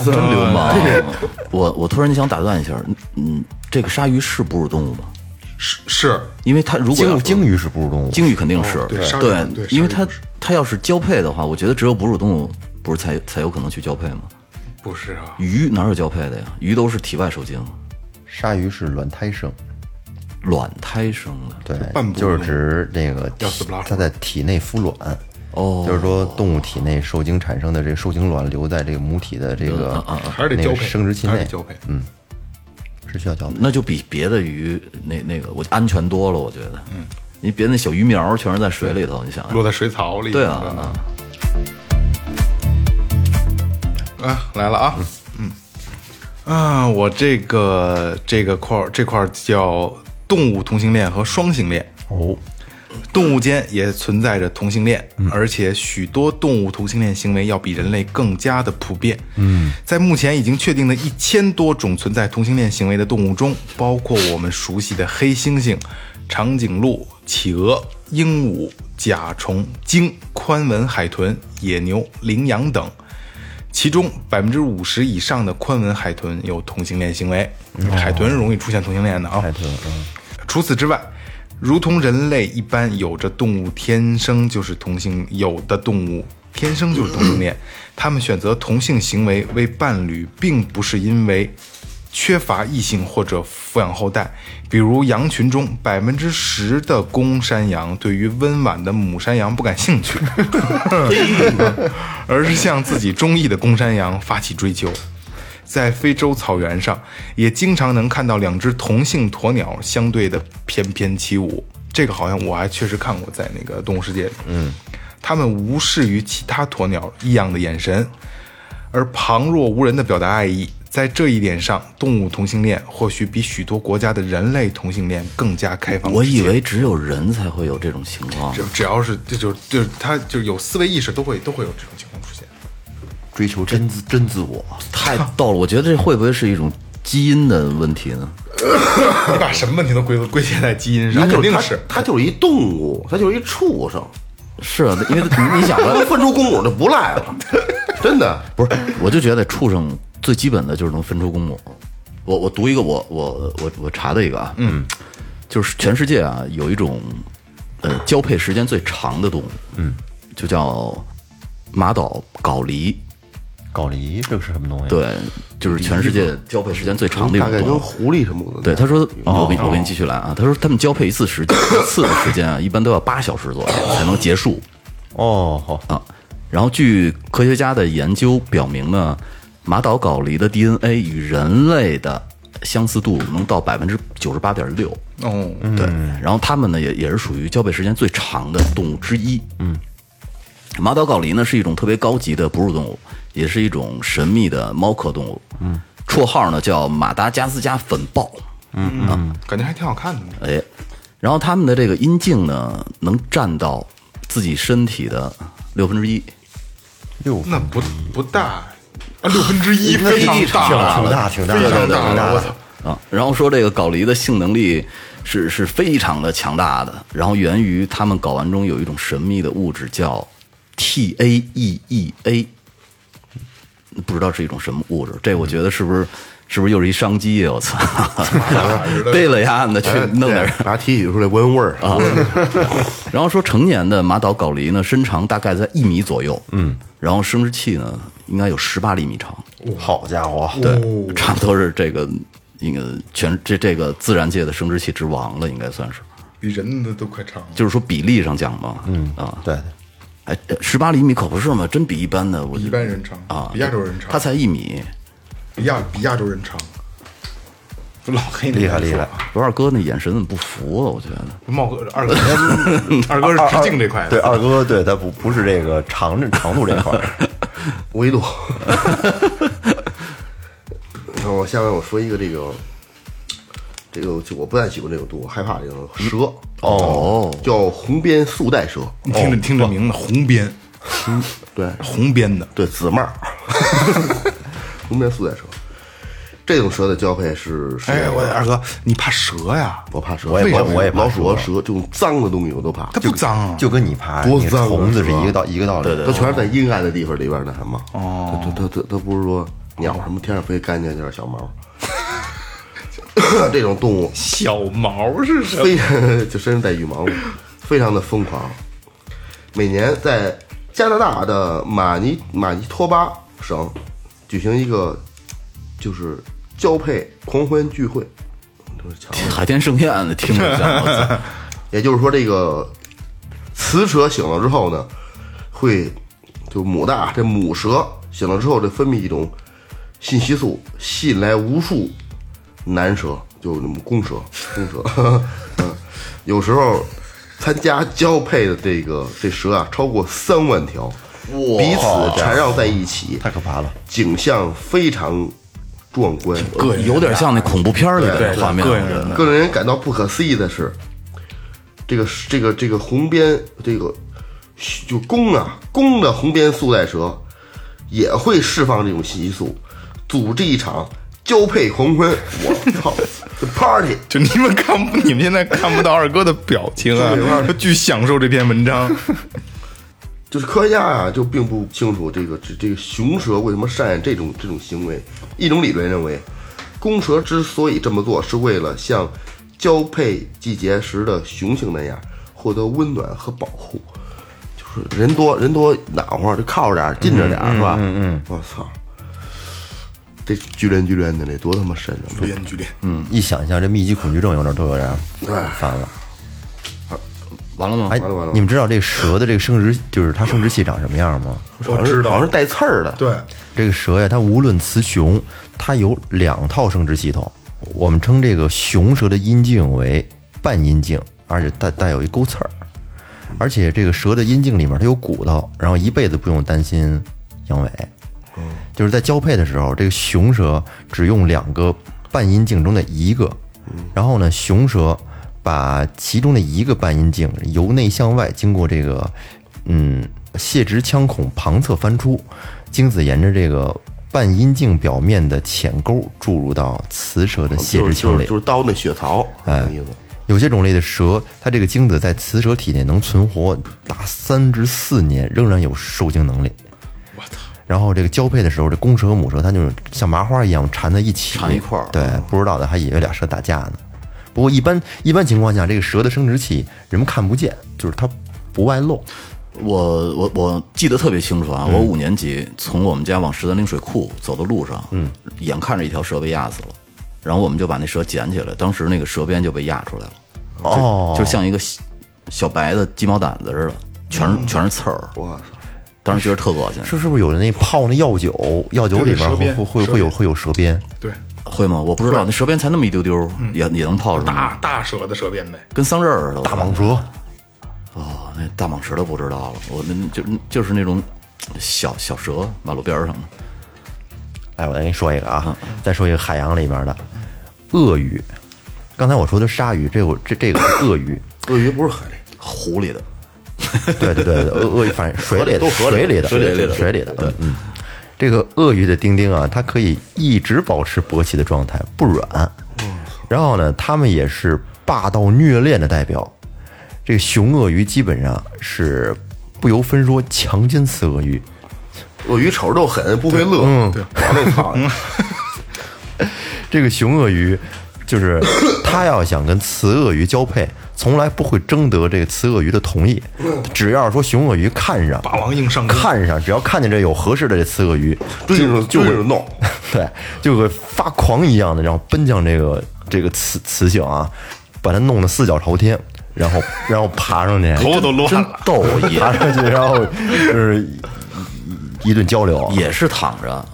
Speaker 4: 真流氓！ 我我突然想打断一下，嗯，这个鲨鱼是哺乳动物吗？
Speaker 2: 是是，
Speaker 4: 因为它如果要
Speaker 1: 鲸
Speaker 4: 是
Speaker 1: 鲸鱼是哺乳动物，
Speaker 4: 鲸鱼肯定是、
Speaker 2: 对鲨鱼对
Speaker 4: 因为
Speaker 2: 鲨鱼
Speaker 4: 它它要是交配的话，我觉得只有哺乳动物不是才才有可能去交配吗？
Speaker 2: 不是啊？
Speaker 4: 鱼哪有交配的呀？鱼都是体外受精，
Speaker 1: 鲨鱼是卵胎生，
Speaker 4: 卵胎生的。
Speaker 1: 对
Speaker 2: 半，哺乳
Speaker 1: 就是指那个
Speaker 2: 要死不拉活
Speaker 1: 它在体内孵卵。
Speaker 4: 哦
Speaker 1: 就是说动物体内受精产生的这个受精卵留在这个母体的这个
Speaker 2: 嗯还是得
Speaker 1: 那
Speaker 2: 交
Speaker 1: 个
Speaker 2: 配，
Speaker 1: 生殖器
Speaker 2: 还是
Speaker 1: 内
Speaker 2: 得，交配。嗯
Speaker 1: 是需要交配。
Speaker 4: 那就比别的鱼那那个我安全多了，我觉得。嗯，你别那小鱼苗全是在水里头，你想想。
Speaker 2: 落在水槽里。
Speaker 4: 对啊，啊
Speaker 2: 啊，来了啊，嗯，啊，我这个这个块儿这块儿叫动物同性恋和双性恋哦，嗯动物间也存在着同性恋，而且许多动物同性恋行为要比人类更加的普遍。嗯，在目前已经确定的一千多种存在同性恋行为的动物中，包括我们熟悉的黑猩猩、长颈鹿、企鹅、鹦鹉、甲虫、鲸、宽吻海豚、野牛、羚羊等。其中百分之五十以上的宽吻海豚有同性恋行为，海豚容易出现同性恋的啊。
Speaker 1: 哦海豚，嗯
Speaker 2: 除此之外，如同人类一般，有着动物天生就是同性，有的动物天生就是同性恋，
Speaker 1: 嗯
Speaker 2: 他们选择同性行为为伴侣，并不是因为缺乏异性或者抚养后代。比如羊群中百分之十的公山羊对于温婉的母山羊不感兴趣， 而是向自己中意的公山羊发起追求。在非洲草原上，也经常能看到两只同性鸵鸟相对的翩翩起舞。这个好像我还确实看过，在那个《动物世界》里，嗯，它们无视于其他鸵鸟异样的眼神，而旁若无人地表达爱意。在这一点上，动物同性恋或许比许多国家的人类同性恋更加开放直接。
Speaker 4: 我以为只有人才会有这种情况
Speaker 2: 只。只要是这就就是他就是有思维意识，都会都会有这种情况出现。
Speaker 1: 追求真自真自我，
Speaker 4: 太逗了，我觉得这会不会是一种基因的问题呢？
Speaker 2: 你把什么问题都归归结在基因上，
Speaker 3: 它
Speaker 2: 肯
Speaker 3: 就是
Speaker 2: 定
Speaker 3: 它
Speaker 2: 是。
Speaker 3: 它就是一动物，它就是一畜生，
Speaker 4: 是啊，因为你你想吧，
Speaker 3: 能分出公母就不赖了，真的。
Speaker 4: 不是，我就觉得畜生最基本的就是能分出公母。我我读一个我我我我查的一个啊，嗯，就是全世界啊有一种呃交配时间最长的动物，嗯，就叫马岛睾狸，
Speaker 1: 搞梨这是什么东西？，
Speaker 4: 对，就是全世界交配时间最长的一
Speaker 3: 大
Speaker 4: 种
Speaker 3: 概
Speaker 4: 动
Speaker 3: 跟
Speaker 4: 物。
Speaker 3: 狐狸什么的。
Speaker 4: 对，他说，我给你我给你继续来啊。他说他们交配一次时间一次的时间啊，一般都要八小时左右才能结束
Speaker 1: 哦，好，
Speaker 4: 啊。然后据科学家的研究表明呢，马岛睾梨的 DNA 与人类的相似度能到百分之九十八点六。
Speaker 2: 哦，
Speaker 4: 对，然后它们呢也也是属于交配时间最长的动物之一。嗯，马岛睾狸呢是一种特别高级的哺乳动物，也是一种神秘的猫科动物。嗯，绰号呢叫马达加斯加粉豹。
Speaker 2: 嗯，感觉还挺好看的呢。
Speaker 4: 哎，然后它们的这个阴茎呢能占到自己身体的六分之一。
Speaker 1: 六
Speaker 2: 那不不大啊，六分之一
Speaker 4: 那
Speaker 2: 非常
Speaker 4: 异常
Speaker 2: 大，哦
Speaker 1: 挺大挺大
Speaker 2: 非常
Speaker 1: 挺
Speaker 2: 大
Speaker 1: 大
Speaker 2: 了，我操！
Speaker 4: 啊，然后说这个睾梨的性能力是是非常的强大的，然后源于它们睾丸中有一种神秘的物质叫 T A E E A，不知道是一种什么物质，这我觉得是不是是不是又是一商机啊呀？我操， 背了呀，那去弄点儿。
Speaker 3: 对拿提取出来闻闻味儿啊，
Speaker 4: 然后说成年的马岛睾梨呢，身长大概在一米左右，嗯，然后生殖器呢应该有十八厘米长，
Speaker 1: 好家伙，
Speaker 4: 对，差不多是这个应该全这这个自然界的生殖器之王了，应该算是。
Speaker 2: 比人的都快长了。
Speaker 4: 就是说比例上讲嘛，嗯啊，
Speaker 1: 对，
Speaker 4: 哎，十八厘米可不是嘛，真比一般的，我
Speaker 2: 一
Speaker 4: 觉得
Speaker 2: 般人长
Speaker 4: 啊，
Speaker 2: 比亚洲人长，
Speaker 4: 他才一米。
Speaker 2: 比亚比亚洲人长。老黑你
Speaker 1: 厉害
Speaker 2: 别
Speaker 1: 厉
Speaker 2: 说
Speaker 1: 害
Speaker 2: 啊，
Speaker 4: 我二哥那眼神怎么不服啊？我觉得
Speaker 2: 茂哥二哥 二哥是直径这块
Speaker 1: 对，
Speaker 2: 的，
Speaker 1: 二哥，对他不不是这个长长度这块儿，
Speaker 3: 维度。然后下面我说一个这个，这个就我不太喜欢这种动物，害怕这种蛇
Speaker 4: 哦，
Speaker 3: 叫红边素带蛇，
Speaker 2: 你听着听着名字，红边，
Speaker 3: 对
Speaker 2: 红边的，
Speaker 3: 对，紫帽儿，红边素带蛇，这种蛇的交配是是
Speaker 2: 哎，我二哥，你怕蛇呀？
Speaker 3: 我怕蛇，
Speaker 1: 我也
Speaker 3: 为什么
Speaker 1: 我也怕
Speaker 3: 老鼠和蛇这种脏的东西我都怕，
Speaker 2: 它不脏啊，
Speaker 1: 就跟你爬
Speaker 3: 多
Speaker 1: 那个
Speaker 3: 脏啊
Speaker 1: 虫子
Speaker 3: 是
Speaker 1: 是
Speaker 3: 吧
Speaker 1: 一个道一个道理。
Speaker 3: 它全是在阴暗的地方里边儿那什么，哦，它它它它不是说鸟什么天上飞干净就是小毛， 这种动物
Speaker 2: 小毛是什么？
Speaker 3: 非 常就身上带羽毛，非常的疯狂。每年在加拿大的马尼马尼托巴省举行一个就是交配狂欢聚会，就是抢
Speaker 4: 海天盛宴的听着像， 我操
Speaker 3: 也就是说，这个雌蛇醒了之后呢，会就母的啊，这母蛇醒了之后，这分泌一种信息素，吸引来无数男蛇，就那么公蛇，公蛇， 嗯，有时候参加交配的这个这蛇啊，超过三万条，彼此缠绕在一起，
Speaker 1: 太可怕了！
Speaker 3: 景象非常壮观，
Speaker 2: 膈应，
Speaker 4: 有点像那恐怖片里
Speaker 2: 对
Speaker 4: 的
Speaker 2: 对
Speaker 4: 画面，
Speaker 2: 膈
Speaker 4: 我
Speaker 2: 应
Speaker 4: 觉
Speaker 2: 人
Speaker 4: 得
Speaker 3: 更让人感到不可思议的是，这个这个这个红边这个就公啊公的红边素带蛇也会释放这种信息素，组织一场交配狂欢。我操，party！
Speaker 2: 就你们看不，你们现在看不到二哥的表情啊
Speaker 3: 对我告诉，你
Speaker 2: 他巨享受这篇文章。
Speaker 3: 就是科学家啊，就并不清楚这个这这个雄蛇为什么上演这种这种行为。一种理论认为，公蛇之所以这么做，是为了像交配季节时的雄性那样获得温暖和保护。就是人多人多暖和，就靠着点儿近着点儿、是吧？嗯嗯，我操，这巨人巨人的这多他妈深啊！
Speaker 2: 巨恋巨恋，
Speaker 1: 嗯，一想象这密集恐惧症有点都有点烦了。
Speaker 4: 完了吗？
Speaker 1: 哎
Speaker 3: 哎完了完了，
Speaker 1: 你们知道这蛇的这个生殖，就是它生殖器长什么样吗？
Speaker 2: 我
Speaker 3: 好像
Speaker 2: 知
Speaker 3: 是好
Speaker 2: 道
Speaker 3: 像，是带刺儿的。
Speaker 2: 对，
Speaker 1: 这个蛇呀，它无论雌雄，它有两套生殖系统。我们称这个雄蛇的阴茎为半阴茎，而且带带有一钩刺儿。而且这个蛇的阴茎里面它有骨头，然后一辈子不用担心阳痿。
Speaker 3: 嗯
Speaker 1: 就是在交配的时候，这个雄蛇只用两个半阴茎中的一个，
Speaker 3: 嗯
Speaker 1: 然后呢，雄蛇把其中的一个半阴茎由内向外经过这个嗯泄殖腔孔旁侧翻出，精子沿着这个半阴茎表面的浅沟注入到雌蛇的泄
Speaker 3: 就
Speaker 1: 殖
Speaker 3: 是哦就
Speaker 1: 腔
Speaker 3: 是
Speaker 1: 里
Speaker 3: 就。是刀那血槽，哎，意思。
Speaker 1: 有些种类的蛇，它这个精子在雌蛇体内能存活达三至四年，仍然有受精能力。
Speaker 2: 我操，
Speaker 1: 然后这个交配的时候，这公蛇和母蛇它就是像麻花一样缠在一起，
Speaker 4: 缠一块儿
Speaker 1: 对，不知道的还以为俩蛇打架呢。不过一般一般情况下，这个蛇的生殖器人们看不见，就是它不外露。
Speaker 4: 我我我记得特别清楚啊，
Speaker 1: 嗯
Speaker 4: 我五年级从我们家往十三陵水库走的路上，嗯，眼看着一条蛇被压死了，然后我们就把那蛇捡起来，当时那个蛇鞭就被压出来了，
Speaker 1: 哦，
Speaker 4: 就像一个小小白的鸡毛掸子似的，全是全是刺儿，
Speaker 3: 我操，
Speaker 4: 当时觉得特恶心，
Speaker 1: 嗯是是不是有的那泡那药酒，药酒里
Speaker 2: 对对蛇
Speaker 1: 边会
Speaker 2: 鞭
Speaker 1: 会会
Speaker 2: 蛇
Speaker 1: 会有
Speaker 2: 鞭
Speaker 1: 会有蛇鞭，
Speaker 2: 对，
Speaker 4: 会吗？我不知道，那蛇鞭才那么一丢丢，
Speaker 1: 嗯
Speaker 4: 也也能泡出来，
Speaker 2: 大大蛇的蛇鞭呗，
Speaker 4: 跟桑葚儿似的，
Speaker 1: 大蟒蛇，
Speaker 4: 哦，那大蟒蛇都不知道了，我那就就是那种小小蛇，马路边儿上的。
Speaker 1: 哎，我再跟你说一个啊，再说一个海洋里面的鳄鱼。刚才我说的鲨鱼，这我这这个是鳄 鱼，
Speaker 3: 鳄鱼不是海里，
Speaker 4: 湖里的，
Speaker 1: 对对 对，对鳄鳄鱼反正水里的
Speaker 4: 都河里
Speaker 1: 水里的
Speaker 4: 水里的
Speaker 1: 水里的，对，嗯，这个鳄鱼的丁丁啊，它可以一直保持勃起的状态，不软。然后呢，它们也是霸道虐恋的代表。这个雄鳄鱼基本上是不由分说强奸雌鳄鱼，
Speaker 3: 鳄鱼瞅着都狠，不会乐， 嗯，对，往那操，
Speaker 1: 这个雄鳄鱼，就是 它要想跟雌鳄鱼交配，从来不会征得这个雌鳄鱼的同意。只要说雄鳄鱼看上，
Speaker 2: 霸王硬上弓
Speaker 1: 看上，只要看见这有合适的这雌鳄鱼，
Speaker 3: 追着就追着弄，
Speaker 1: 对，就会发狂一样的，然后奔向这个这个雌雌性啊，把它弄得四脚朝天，然后然后爬 上去，
Speaker 2: 头发都乱
Speaker 4: 真
Speaker 2: 了。
Speaker 4: 逗，也
Speaker 1: 爬上去，然后就是一一一顿交流，
Speaker 4: 也是躺着。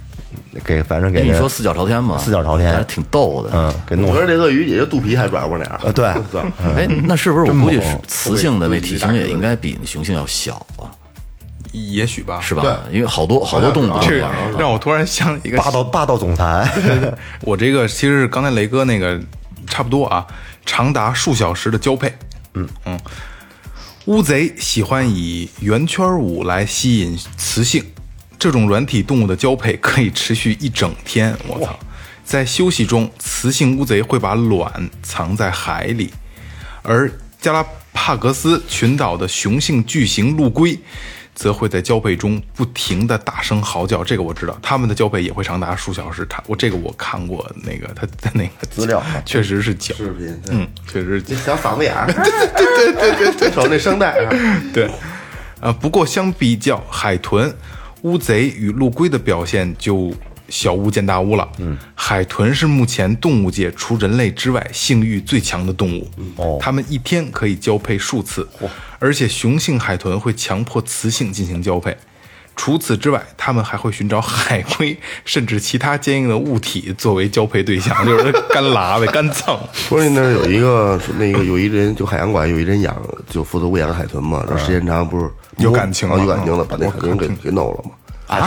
Speaker 1: 给反正给
Speaker 4: 跟你
Speaker 1: 人
Speaker 4: 说四脚朝天嘛，
Speaker 1: 四脚朝天
Speaker 4: 还挺逗的。
Speaker 1: 嗯给弄
Speaker 3: 我觉得这鳄鱼也就肚皮还软乎点儿
Speaker 1: 呃，对
Speaker 3: 操
Speaker 4: 哎，那是不是我估计是雌性的
Speaker 2: 我给
Speaker 4: 那体型也应该比那雄性要小啊，
Speaker 2: 也许吧，
Speaker 4: 是吧？因为好多好多动物都
Speaker 2: 这
Speaker 4: 这
Speaker 2: 个
Speaker 4: 样。
Speaker 2: 让我突然想起一个
Speaker 1: 霸道霸道总裁，
Speaker 2: 我这个其实是刚才雷哥那个差不多啊，长达数小时的交配。嗯嗯，乌贼喜欢以圆圈舞来吸引雌性，这种软体动物的交配可以持续一整天。我操！在休息中，雌性乌贼会把卵藏在海里，而加拉帕戈斯群岛的雄性巨型陆龟，则会在交配中不停地大声嚎叫。这个我知道，它们的交配也会长达数小时。它我这个我看过那个它的那个
Speaker 1: 资料啊
Speaker 2: 确实是叫，
Speaker 3: 视频，对
Speaker 2: 嗯，确实是叫
Speaker 3: 这。小嗓子眼儿，对对对对对， 瞅那声带啊，
Speaker 2: 对，啊，不过相比较海豚、乌贼与陆龟的表现，就小巫见大巫了。嗯，海豚是目前动物界除人类之外性欲最强的动物。
Speaker 1: 哦
Speaker 2: 它们一天可以交配数次，而且雄性海豚会强迫雌性进行交配。除此之外，它们还会寻找海龟，甚至其他坚硬的物体作为交配对象，就是干 拉呗、干蹭。
Speaker 3: 不是那儿有一个说那个有一人就海洋馆有一人养就负责喂养海豚嘛，然后时间长不是
Speaker 2: 有感情了
Speaker 3: 啊有感情了，把那
Speaker 2: 我
Speaker 3: 海豚给给弄了嘛。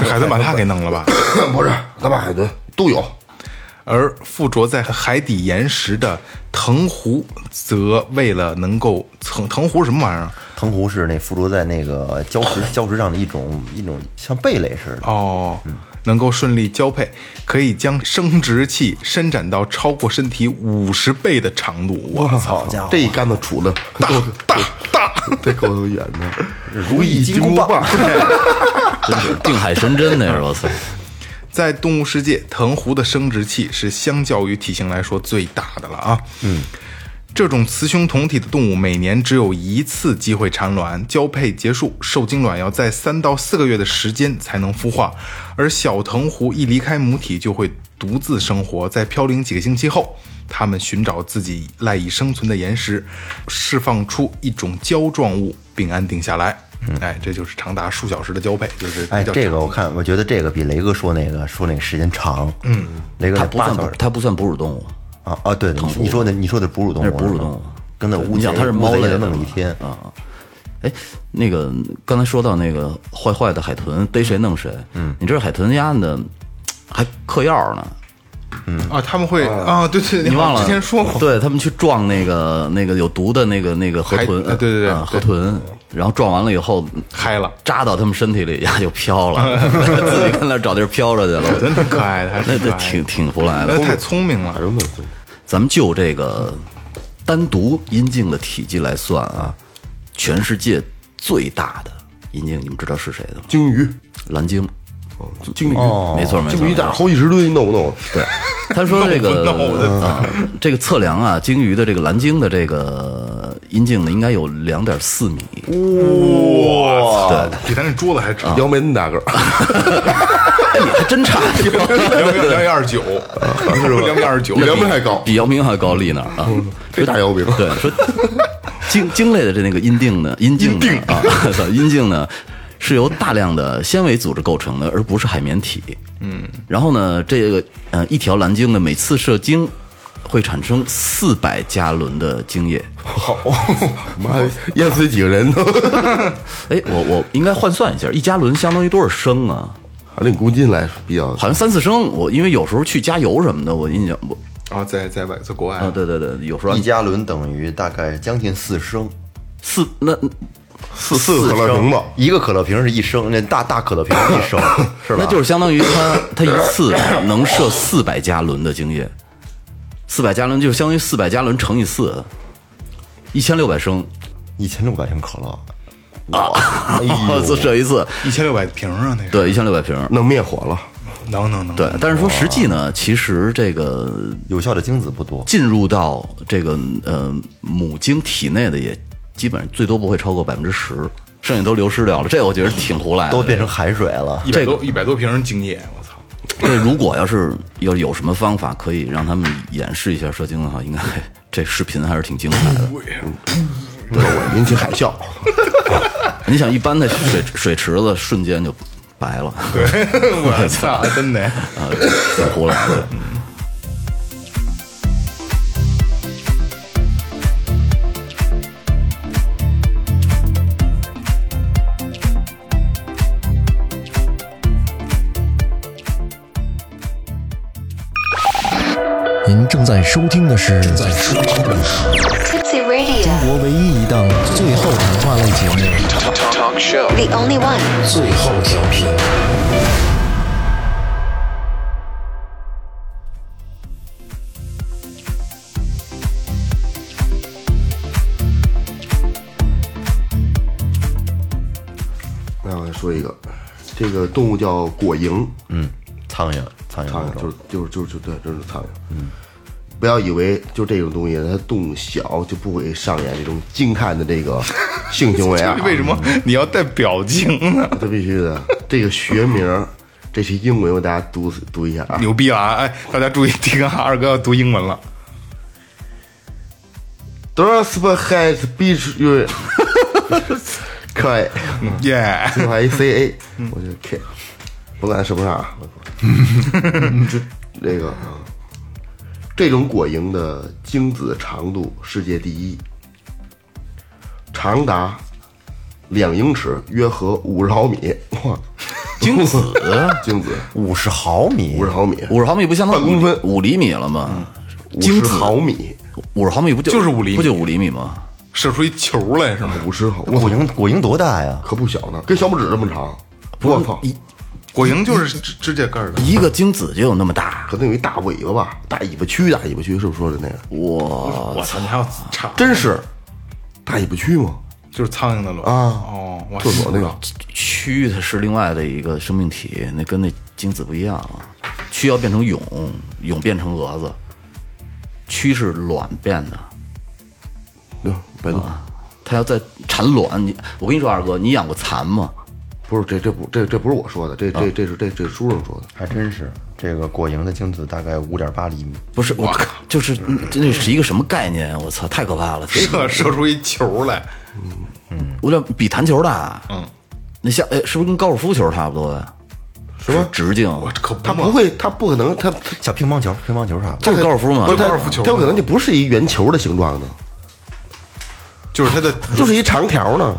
Speaker 2: 是海豚把它给弄了吧？
Speaker 3: 不是，咱把海豚都有，
Speaker 2: 而附着在海底岩石的藤壶，则为了能够藤藤壶是什么玩意儿？啊
Speaker 1: 藤壶是那附着在那个礁石礁石上的一种一种像贝类似的，
Speaker 2: 哦，能够顺利交配，可以将生殖器伸展到超过身体五十倍的长度。我操！
Speaker 1: 家伙
Speaker 3: 这一竿子杵的 大大大，这够有远的，如
Speaker 1: 意金箍棒。
Speaker 4: 真是定海神针那是 我操！
Speaker 2: 在动物世界，藤壶的生殖器是相较于体型来说最大的了啊。嗯，这种雌雄同体的动物每年只有一次机会产卵，交配结束，受精卵要在三到四个月的时间才能孵化，而小藤壶一离开母体就会独自生活，在飘零几个星期后。它们寻找自己赖以生存的岩石，释放出一种胶状物，并安定下来。哎，这就是长达数小时的交配，就是比较
Speaker 1: 嗯哎，这
Speaker 2: 长
Speaker 1: 个我看，我觉得这个比雷哥说那个说那个时间长。嗯，雷哥
Speaker 4: 它
Speaker 1: 那
Speaker 4: 不
Speaker 1: 八
Speaker 4: 算
Speaker 1: 小
Speaker 4: 不它不算哺乳动物，
Speaker 1: 啊啊，对，你你说的你说的哺乳动物
Speaker 4: 那
Speaker 1: 是吧，
Speaker 4: 是哺乳动物
Speaker 1: 跟那
Speaker 4: 对
Speaker 1: 乌
Speaker 4: 你想它是猫
Speaker 1: 类
Speaker 4: 类
Speaker 1: 的
Speaker 4: 的
Speaker 1: 弄了一
Speaker 4: 嘛
Speaker 1: 天
Speaker 4: 啊。哎，那个刚才说到那个坏坏的海豚逮谁弄谁，嗯，你知道海豚鸭呢还嗑药呢，
Speaker 2: 啊，他们会啊，对对，
Speaker 4: 你
Speaker 2: 好
Speaker 4: 忘
Speaker 2: 像
Speaker 4: 了
Speaker 2: 之前说过，
Speaker 4: 对他们去撞那个那个有毒的那个那个河
Speaker 2: 海
Speaker 4: 豚，
Speaker 2: 呃对对对
Speaker 4: 啊河
Speaker 2: 对
Speaker 4: 豚，然后撞完了以后
Speaker 2: 嗨了，
Speaker 4: 扎到他们身体里，呀就飘 了，自己跟那儿找地儿飘着去了，
Speaker 2: 真挺可爱的，还
Speaker 4: 那
Speaker 2: 是
Speaker 4: 那挺挺胡来的。
Speaker 2: 太聪明哎了。
Speaker 4: 咱们就这个单独阴茎的体积来算啊，全世界最大的阴茎，你们知道是谁的吗？
Speaker 3: 鲸鱼，
Speaker 4: 蓝鲸，哦
Speaker 3: 鲸鱼，
Speaker 4: 没错没错
Speaker 3: 鲸鱼
Speaker 4: 没错
Speaker 3: 大好几十吨，弄不弄？
Speaker 4: 对，他说这
Speaker 2: 闹
Speaker 4: 个
Speaker 2: 不闹的
Speaker 4: 啊，这个测量啊，鲸鱼的这个蓝鲸的这个阴茎呢应该有两点四米，
Speaker 2: 我操，比咱这桌子还长，
Speaker 3: 姚梅那么大个儿，
Speaker 4: 哎，你还真差，
Speaker 2: 两米两米二十九，啊两米二十九，
Speaker 3: 姚明还高，
Speaker 4: 比姚明还高丽那儿 啊。
Speaker 3: 这大姚明，
Speaker 4: 对，说精精类的这那个阴茎呢，阴茎呢啊，操阴茎呢是由大量的纤维组织构成的，而不是海绵体。嗯，然后呢，这个呃一条蓝鲸呢，每次射精会产生四百加仑的精液。
Speaker 3: 妈淹死几个人都，
Speaker 4: 哎，我我应该换算一下，一加仑相当于多少升啊？
Speaker 3: 按你估计来说比较
Speaker 4: 好像三四升。我因为有时候去加油什么的，我印象我
Speaker 2: 啊，在在外在国外
Speaker 4: 啊，对对对，有时候
Speaker 1: 一加仑等于大概将近四升，
Speaker 4: 四那
Speaker 3: 四四可乐瓶子，
Speaker 1: 一个可乐瓶是一升，那大大可乐瓶是一 升，是吧？
Speaker 4: 那就是相当于它它一次能射四百加仑的精液，四百加仑就是相当于四百加仑乘以四，一千六百升，
Speaker 1: 一千六百瓶可乐，哎
Speaker 4: 自 射一次，
Speaker 2: 一千六百瓶啊，那是
Speaker 4: 对，一千六百瓶。
Speaker 3: 弄灭火了。
Speaker 2: 能能能，
Speaker 4: 对，但是说实际呢，其实这个
Speaker 1: 有效的精子不多。
Speaker 4: 进入到这个呃母精体内的也基本上最多不会超过百分之十，剩下都流失掉了。这我觉得挺胡来的，
Speaker 1: 都变成海水了，
Speaker 2: 一百多一百多瓶精液，我 操，
Speaker 4: 这如果要是要有什么方法可以让他们演示一下射精的话，应该 这视频还是挺精彩的。
Speaker 3: 我引起海啸，
Speaker 4: 你想，一般的水水池子瞬间就白了，
Speaker 2: 对，我操，真的。
Speaker 4: 啊，挺胡来的。
Speaker 5: 您正在收听的是正在收听的是
Speaker 6: Tipsy Radio,
Speaker 5: 中国唯一一档最后谈话类节目
Speaker 6: the only one.
Speaker 5: 《最后调频》。
Speaker 3: 那我再说一个，这个动物叫果蝇，
Speaker 1: 嗯，苍蝇，苍
Speaker 3: 苍
Speaker 1: 蝇物
Speaker 3: 蝇就
Speaker 1: 种
Speaker 3: 是就是就是就对，就是苍蝇。嗯，不要以为就这种东西，它动物小就不会上演这种惊叹的这个 性行为啊。嗯
Speaker 2: 为什么你要带表情啊呢？
Speaker 3: 这必须的，这个学名儿，这是英文，我大家读读一下啊。
Speaker 2: 牛逼了啊！哎，大家注意听啊，二哥要读英文了。
Speaker 3: d r s p has beach you，可以，
Speaker 2: 耶，
Speaker 3: 最后还一 C A，我
Speaker 4: 嗯
Speaker 3: 就 K，甭管什么样啊，我 这个啊这种果蝇的精子长度世界第一，长达两英尺，约合五十毫米。哇，
Speaker 4: 精子
Speaker 3: 精子
Speaker 1: 五十毫米
Speaker 3: 五，十毫米，
Speaker 4: 五十毫米不相当于
Speaker 3: 半公分
Speaker 4: 五厘米了吗？精
Speaker 3: 五十
Speaker 4: 子
Speaker 3: 毫米，
Speaker 4: 五十毫米不就
Speaker 2: 嗯就是5厘米
Speaker 4: 不就五厘米吗？
Speaker 2: 射出一球来是吗？
Speaker 3: 五十 毫，
Speaker 1: 果
Speaker 3: 我
Speaker 1: 蝇果蝇多大呀？
Speaker 3: 可不小呢，跟小拇指这么长。我操，
Speaker 2: 果蝇就是指指甲盖儿的，
Speaker 4: 一个精子就有那么大，
Speaker 3: 可能有一大尾巴吧，大尾巴区，大尾巴区是不是说的那个？
Speaker 4: 哇！
Speaker 2: 我操，你还要插，
Speaker 3: 真是大尾巴区吗？
Speaker 2: 就是苍蝇的卵
Speaker 3: 啊
Speaker 2: 哦，我
Speaker 3: 厕所那
Speaker 4: 啊
Speaker 3: 个，
Speaker 4: 蛆它是另外的一个生命体，那跟那精子不一样啊。蛆要变成蛹，蛹变成蛾子，蛆是卵变的，
Speaker 3: 对，百度
Speaker 4: 啊它要再产卵。你我跟你说，二哥，你养过蚕吗？
Speaker 3: 不是这这不这这不是我说的，
Speaker 4: 啊
Speaker 3: 这这这是这这书上说的。
Speaker 1: 还真是，这个果蝇的精子大概五点八厘米，
Speaker 4: 不是，我靠，就是那是一个什么概念？啊我操，太可怕了！
Speaker 2: 射射出一球来，
Speaker 4: 我俩比弹球大，嗯，那像哎，是不是跟高尔夫球差不多呀？什么直径？
Speaker 2: 我可不
Speaker 3: 他
Speaker 2: 嘛
Speaker 3: 不会，他不可能，他他
Speaker 1: 小乒乓球，乒乓球啥的。
Speaker 4: 就是高尔夫嘛
Speaker 3: 不是，他
Speaker 2: 高尔夫球
Speaker 3: 他有可能就不是一圆球的形状呢，
Speaker 2: 就是它的
Speaker 3: 就是一长条 呢，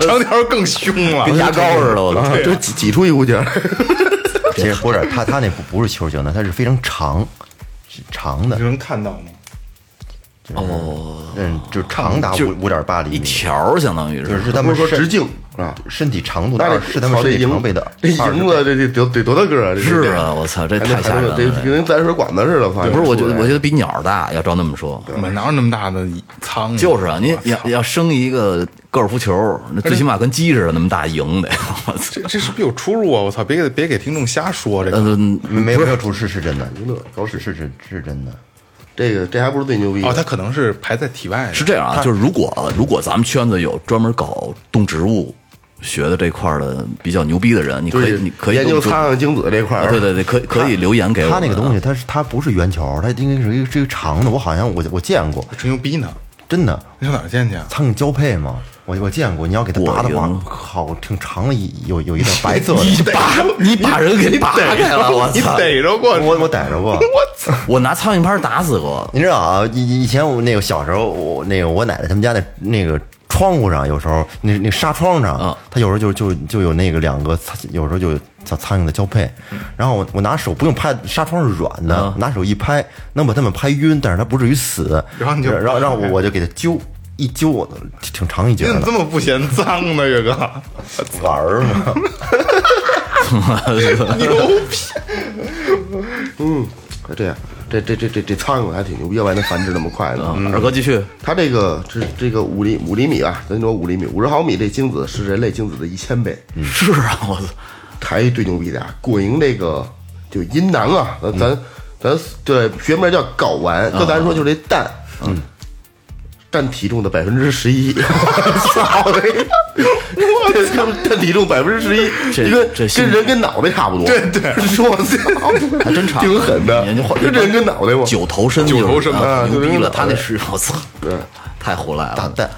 Speaker 2: 长条更凶了，
Speaker 4: 跟牙膏似的，我操！
Speaker 3: 啊就是挤挤出一股 劲儿。
Speaker 1: 其实不是，它它那不不是球形的，它是非常长，是长
Speaker 2: 你
Speaker 1: 的，
Speaker 2: 能看到吗？
Speaker 4: 哦，
Speaker 1: 嗯，就长达
Speaker 4: 就
Speaker 1: 五五点八厘
Speaker 4: 一
Speaker 1: 米，
Speaker 4: 条儿相当于
Speaker 1: 就是
Speaker 4: 是，
Speaker 1: 他
Speaker 3: 不
Speaker 1: 们
Speaker 3: 是说
Speaker 1: 身
Speaker 3: 直径啊，
Speaker 1: 身体长度的
Speaker 3: 那
Speaker 1: 二
Speaker 3: 得
Speaker 1: 是他们
Speaker 3: 这
Speaker 1: 身体
Speaker 3: 蝇
Speaker 1: 长倍的
Speaker 3: 这
Speaker 1: 二十
Speaker 3: 蝇
Speaker 1: 倍
Speaker 3: 子这得得得多大个儿啊？这
Speaker 4: 是
Speaker 3: 这
Speaker 4: 啊，我操，这
Speaker 3: 还
Speaker 4: 太
Speaker 3: 能
Speaker 4: 吓人了。
Speaker 3: 还能得
Speaker 4: 这
Speaker 3: 跟咱水管子似的，反正
Speaker 4: 不是，我觉
Speaker 3: 出
Speaker 4: 得
Speaker 3: 来
Speaker 4: 我觉得比鸟儿大，要照那么说。
Speaker 2: 没哪有那么大的苍蝇？
Speaker 4: 就是啊，您
Speaker 2: 嗯我操
Speaker 4: 要要生一个高尔夫球，那最起码跟鸡似的那么大赢得， 我操！
Speaker 2: 这这是不是有出入啊？我操，别给别给听众瞎说这个。
Speaker 4: 嗯，
Speaker 1: 没有没有出事是真的，高是是是是真的，
Speaker 3: 这个这还不是最牛逼的
Speaker 2: 哦，它可能是排在体外的，
Speaker 4: 是这样啊，就是如果如果咱们圈子有专门搞动植物学的这块儿的比较牛逼的人，你
Speaker 3: 就
Speaker 4: 可以
Speaker 3: 是
Speaker 4: 你可以
Speaker 3: 研究
Speaker 4: 给我
Speaker 3: 苍蝇精子这块
Speaker 4: 啊
Speaker 3: 儿，
Speaker 4: 对对对，可以可以留言给我
Speaker 1: 它
Speaker 4: 们啊。
Speaker 1: 那个东西，它是它不是圆球，它应该是一个是一个长的。我好像我我见过，
Speaker 2: 吹牛逼呢。
Speaker 1: 真的
Speaker 2: 你上哪儿见去啊？
Speaker 1: 苍蝇交配嘛，我我见过。你要给它拔的话
Speaker 4: 我赢，
Speaker 1: 靠，挺长的一有有一点白 色的。
Speaker 4: 把你把人给拔开了，我
Speaker 2: 你
Speaker 4: 操！
Speaker 2: 逮着过
Speaker 1: 我我逮着过，
Speaker 4: 我拿苍蝇拍打死过，
Speaker 1: 你知道啊？以以前我那个小时候，我那个我奶奶他们家那那个窗户上，有时候那那纱窗上
Speaker 4: 嗯，
Speaker 1: 它有时候就就就有那个两个苍，有时候就有苍苍蝇的交配。然后我我拿手不用拍，纱窗是软
Speaker 4: 啊
Speaker 1: 的，拿手一拍能把它们拍晕，但是它不至于死。
Speaker 2: 然后你就
Speaker 1: 然后然后我我就给它揪一揪，我挺挺长一截
Speaker 2: 你怎么
Speaker 1: 的
Speaker 2: 这么不嫌脏呢，岳哥？
Speaker 1: 玩儿嘛。
Speaker 3: 嗯，这样，这这这这这苍蝇还挺牛逼，要不然它繁殖那么快呢。
Speaker 4: 嗯，二哥继续，
Speaker 3: 它这个这这个五厘五厘米吧，咱说五厘米，五十毫米这精子是人类精子的一千倍。
Speaker 4: 是啊，我操，
Speaker 3: 还有一最牛逼的啊，果蝇这个就阴囊啊，咱
Speaker 4: 嗯
Speaker 3: 咱咱对学名叫睾丸，搁咱说就是这蛋，嗯，占体重的百分之十一， 操 嘞！这这占体重百分之十
Speaker 4: 这
Speaker 3: 一，跟
Speaker 4: 这
Speaker 3: 跟人跟脑袋差不多，对对， 我操，还
Speaker 4: 真差
Speaker 3: 挺狠的
Speaker 4: 研究，化
Speaker 3: 跟人跟脑袋我
Speaker 4: 九头身就是，
Speaker 2: 九头身
Speaker 4: 啊
Speaker 3: 啊
Speaker 4: 牛逼
Speaker 3: 就是
Speaker 4: 了，
Speaker 3: 那
Speaker 4: 他那是我操， 太胡来了，
Speaker 1: 蛋
Speaker 3: 啊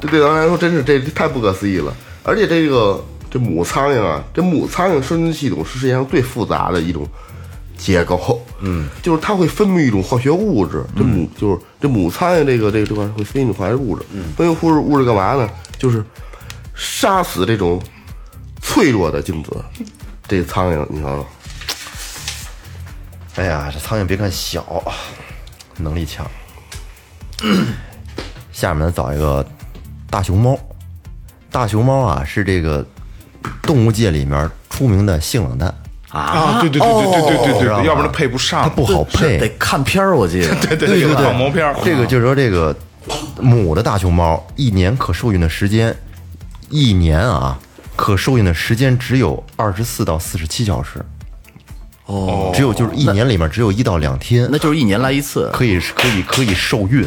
Speaker 3: 这对咱来说真是这这太不可思议了。而且这个这母苍蝇啊，这母苍蝇生殖系统是世界上最复杂的一种结构。嗯，就是它会分泌一种化学物质，这
Speaker 1: 嗯
Speaker 3: 母、就是这母苍蝇这个这个这块会分泌一种化学物质。嗯，分泌物质物质干嘛呢？就是杀死这种脆弱的精子。这个苍蝇，你瞧瞧，
Speaker 1: 哎呀，这苍蝇别看小，啊能力强。下面咱找一个大熊猫。大熊猫啊，是这个动物界里面出名的性冷淡，
Speaker 2: 啊，对对对对对对对
Speaker 1: 知道吗
Speaker 2: 对，要不然配不上。
Speaker 1: 它不好
Speaker 4: 是得
Speaker 1: 配。
Speaker 4: 看片儿，我记得，
Speaker 2: 对对对，放毛片儿
Speaker 1: 这个就是说，这个母的大熊猫一年可受孕的时间，一年啊，可受孕的时间只有二十四到四十七小时。哦，只有就是一年里面只有一到两天。
Speaker 4: 那就是一年来一次，
Speaker 1: 可以可以可以受孕。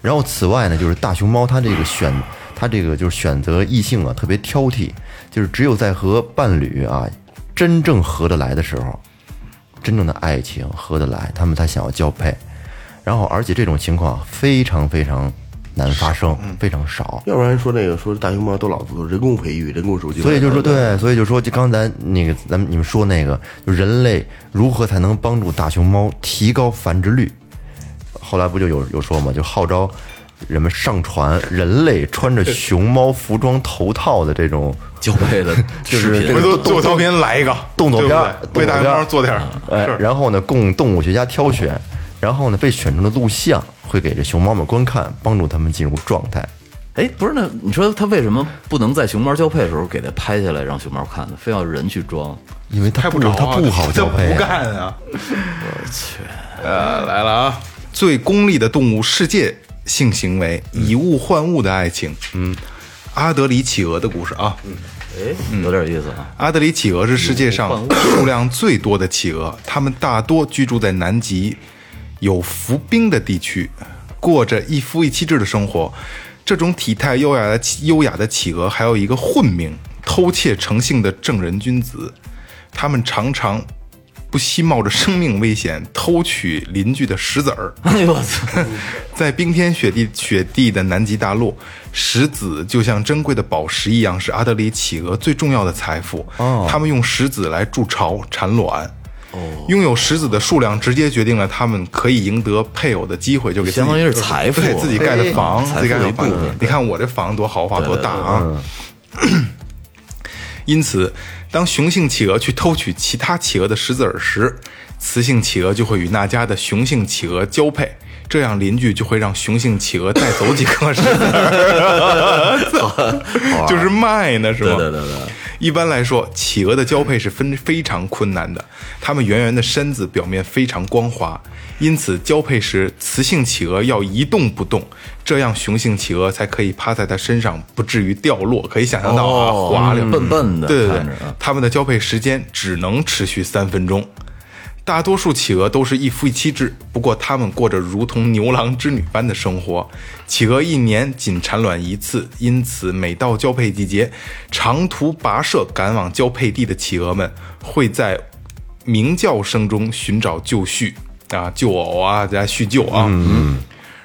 Speaker 1: 然后此外呢，就是大熊猫它这个选它这个就是选择异性啊特别挑剔，就是只有在和伴侣啊真正合得来的时候，真正的爱情合得来，他们才想要交配。然后而且这种情况啊非常非常难发生，非常少。
Speaker 3: 要不然说那个说大熊猫都老子人工培育、人工受精，
Speaker 1: 所以就说对，所以就说就刚才那个咱们你们说那个，就人类如何才能帮助大熊猫提高繁殖率？后来不就有有说嘛，就号召人们上传人类穿着熊猫服装头套的这种，
Speaker 4: 交配的
Speaker 1: 就是
Speaker 4: 视频
Speaker 1: 这个
Speaker 2: 回头做照片来一个
Speaker 1: 动作片
Speaker 2: 对
Speaker 1: 儿
Speaker 2: 不
Speaker 1: 动作
Speaker 2: 对为大
Speaker 1: 片
Speaker 2: 熊
Speaker 1: 儿
Speaker 2: 猫做点儿
Speaker 1: 哎，然后呢供动物学家挑选，然后呢被选中的录像会给这熊猫们观看，帮助它们进入状态。
Speaker 4: 哎，不是那你说他为什么不能在熊猫交配的时候给它拍下来让熊猫看呢？非要人去装？
Speaker 1: 因为它
Speaker 2: 拍
Speaker 1: 不
Speaker 2: 不着啊，
Speaker 1: 它不好
Speaker 2: 这
Speaker 1: 交配
Speaker 2: 不
Speaker 1: 啊，
Speaker 2: 干啊！我去，呃，来了啊！最功利的动物世界性行为，以物换物的爱情，嗯，阿德里企鹅的故事啊，
Speaker 4: 哎，有点意思啊。
Speaker 2: 阿德里企鹅是世界上数量最多的企鹅，它们大多居住在南极有浮冰的地区，过着一夫一妻制的生活。这种体态优雅的企优雅的企鹅还有一个混名——偷窃成性的正人君子。它们常常不惜冒着生命危险偷取邻居的石子儿，
Speaker 4: 哎呦我操！
Speaker 2: 在冰天雪地雪地的南极大陆，石子就像珍贵的宝石一样，是阿德里企鹅最重要的财富。哦，他们用石子来筑巢、产卵。哦，拥有石子的数量直接决定了他们可以赢得配偶的机会，就给自己
Speaker 4: 相当于是财富
Speaker 2: 对自己盖的房，
Speaker 4: 哎
Speaker 2: 自己盖的
Speaker 4: 财富
Speaker 2: 房
Speaker 4: 的一部分。
Speaker 2: 你看我这房多豪华，多大啊！因此，当雄性企鹅去偷取其他企鹅的石子儿时，雌性企鹅就会与那家的雄性企鹅交配，这样邻居就会让雄性企鹅带走几颗石子 儿，就是卖呢，是吗？
Speaker 4: 对对对对
Speaker 2: 一般来说，企鹅的交配是分非常困难的，它们圆圆的身子表面非常光滑，因此交配时雌性企鹅要一动不动，这样雄性企鹅才可以趴在它身上，不至于掉落。可以想象到啊，
Speaker 4: 哦
Speaker 2: 滑溜
Speaker 4: 嗯笨笨的
Speaker 2: 对对
Speaker 4: 看着
Speaker 2: 对
Speaker 4: 啊，
Speaker 2: 它们的交配时间只能持续三分钟。大多数企鹅都是一夫一妻制，不过它们过着如同牛郎织女般的生活。企鹅一年仅产卵一次，因此每到交配季节，长途跋涉赶往交配地的企鹅们会在鸣叫声中寻找救婿啊、救偶啊、加叙旧啊。
Speaker 4: 嗯